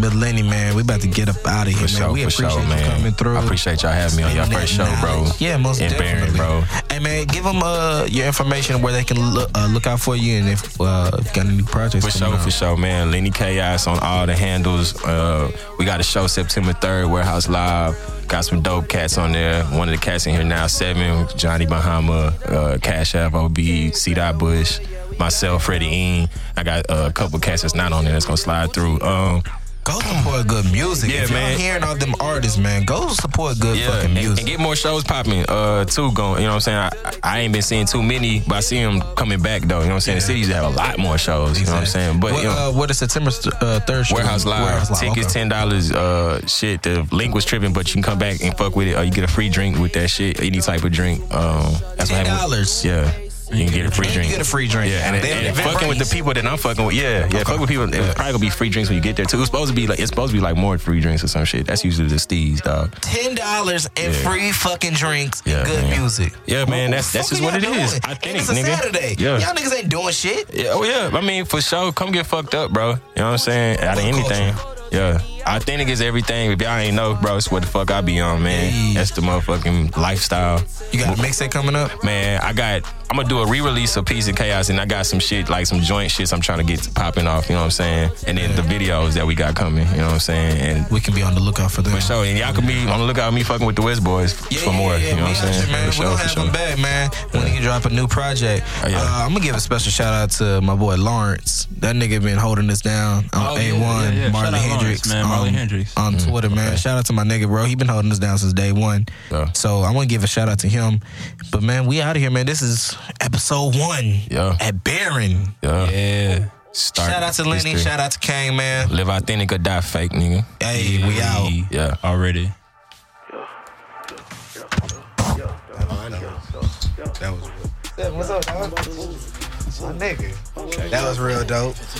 B: But Lenny, man, we about to get up out of here, man. we appreciate you coming through.
D: I appreciate y'all having me on your
B: That
D: first show, bro.
B: knowledge. Yeah, most
D: and
B: definitely,
D: Baron, bro.
B: Hey, man, give them uh, your information where they can look uh, look out for you, and if uh, if you got any new projects.
D: For sure,
B: coming out.
D: for sure, man. Lenny Chaos on all the handles. Uh, we got a show September 3rd, Warehouse Live. Got some dope cats on there. One of the cats in here now, Seven, Johnny Bahama, uh, Cash App OB, C. Dot Bush, myself, Freddie Ean. I got uh, a couple cats that's not on there that's gonna slide through. Um,
B: Go support good music.
D: Yeah,
B: if y'all
D: man.
B: hearing all them artists, man, go support good fucking
D: and- And,
B: music.
D: get more shows popping. Uh, too going. You know what I'm saying? I, I ain't been seeing too many, but I see them coming back though. You know what I'm saying? The cities have a lot more shows. You know what I'm saying? But
B: what,
D: you know,
B: uh, what is September uh, third show?
D: Warehouse Live. Tickets
B: okay.
D: ten dollars. Uh, shit, the link was tripping, but you can come back and fuck with it, or you get a free drink with that shit, any type of drink. Um, that's what happened.
B: $10?
D: Yeah, you can get a free
B: You
D: drink.
B: get a free drink.
D: Yeah, and, and,
B: They-
D: and
B: they-
D: fucking with the people that I'm fucking with. Yeah, yeah, fuck with people. It's probably gonna be free drinks when you get there too. It's supposed to be like it's supposed to be like more free drinks or some shit. That's usually the steez, dog.
B: ten dollars and
D: Yeah.
B: free fucking drinks
D: Yeah,
B: and good
D: man.
B: music.
D: Yeah, man,
B: What
D: that's-
B: the fuck
D: that's just
B: are
D: what it
B: y'all
D: is.
B: doing?
D: I
B: And
D: think,
B: it's a
D: nigga.
B: Saturday.
D: Yeah.
B: Y'all niggas ain't doing shit.
D: Yeah, oh yeah. I mean, for sure, come get fucked up, bro. You know what I'm saying? Out of
B: Fuck
D: anything. Yeah. Authentic is everything. If y'all ain't know, bro, it's what the fuck I be on, man.
B: Hey.
D: That's the motherfucking lifestyle.
B: You got a mixtape coming up?
D: Man, I got I'm gonna do a re-release of Peace and Chaos and I got some shit, like some joint shits I'm trying to get popping off, you know what I'm saying? And then the videos that we got coming, you know what I'm saying? And
B: We can be on the lookout for them.
D: for sure, and y'all can be on the lookout for me fucking with the West Boys for more. you
B: we
D: know what
B: out here,
D: I'm saying?
B: Man.
D: For
B: we
D: sure,
B: gonna
D: for
B: have
D: sure.
B: him back, man. When he drop a new project,
D: Oh, yeah.
B: uh, I'm gonna give a special shout out to my boy Lawrence. That nigga been holding us down on
C: Oh,
B: A1,
C: yeah, yeah, yeah.
B: Marley
C: Shout out Lawrence,
B: Hendrix,
C: man. Marley
B: um,
C: Hendrix.
B: on
D: Mm-hmm.
B: Twitter, man. Shout out to my nigga, bro. He been holding us down since day one.
D: Yeah.
B: So I want to give a shout out to him. But man, we out of here, man. This is episode one
D: Yeah.
B: at Baron.
D: Yeah.
C: Yeah.
D: Start
B: shout out to Lenny.
D: history.
B: Shout out to Kane, man.
D: Live authentic or die fake, nigga.
B: Hey, we out.
D: Yeah.
C: Already.
B: That was what's up, dog? My nigga. That was real dope.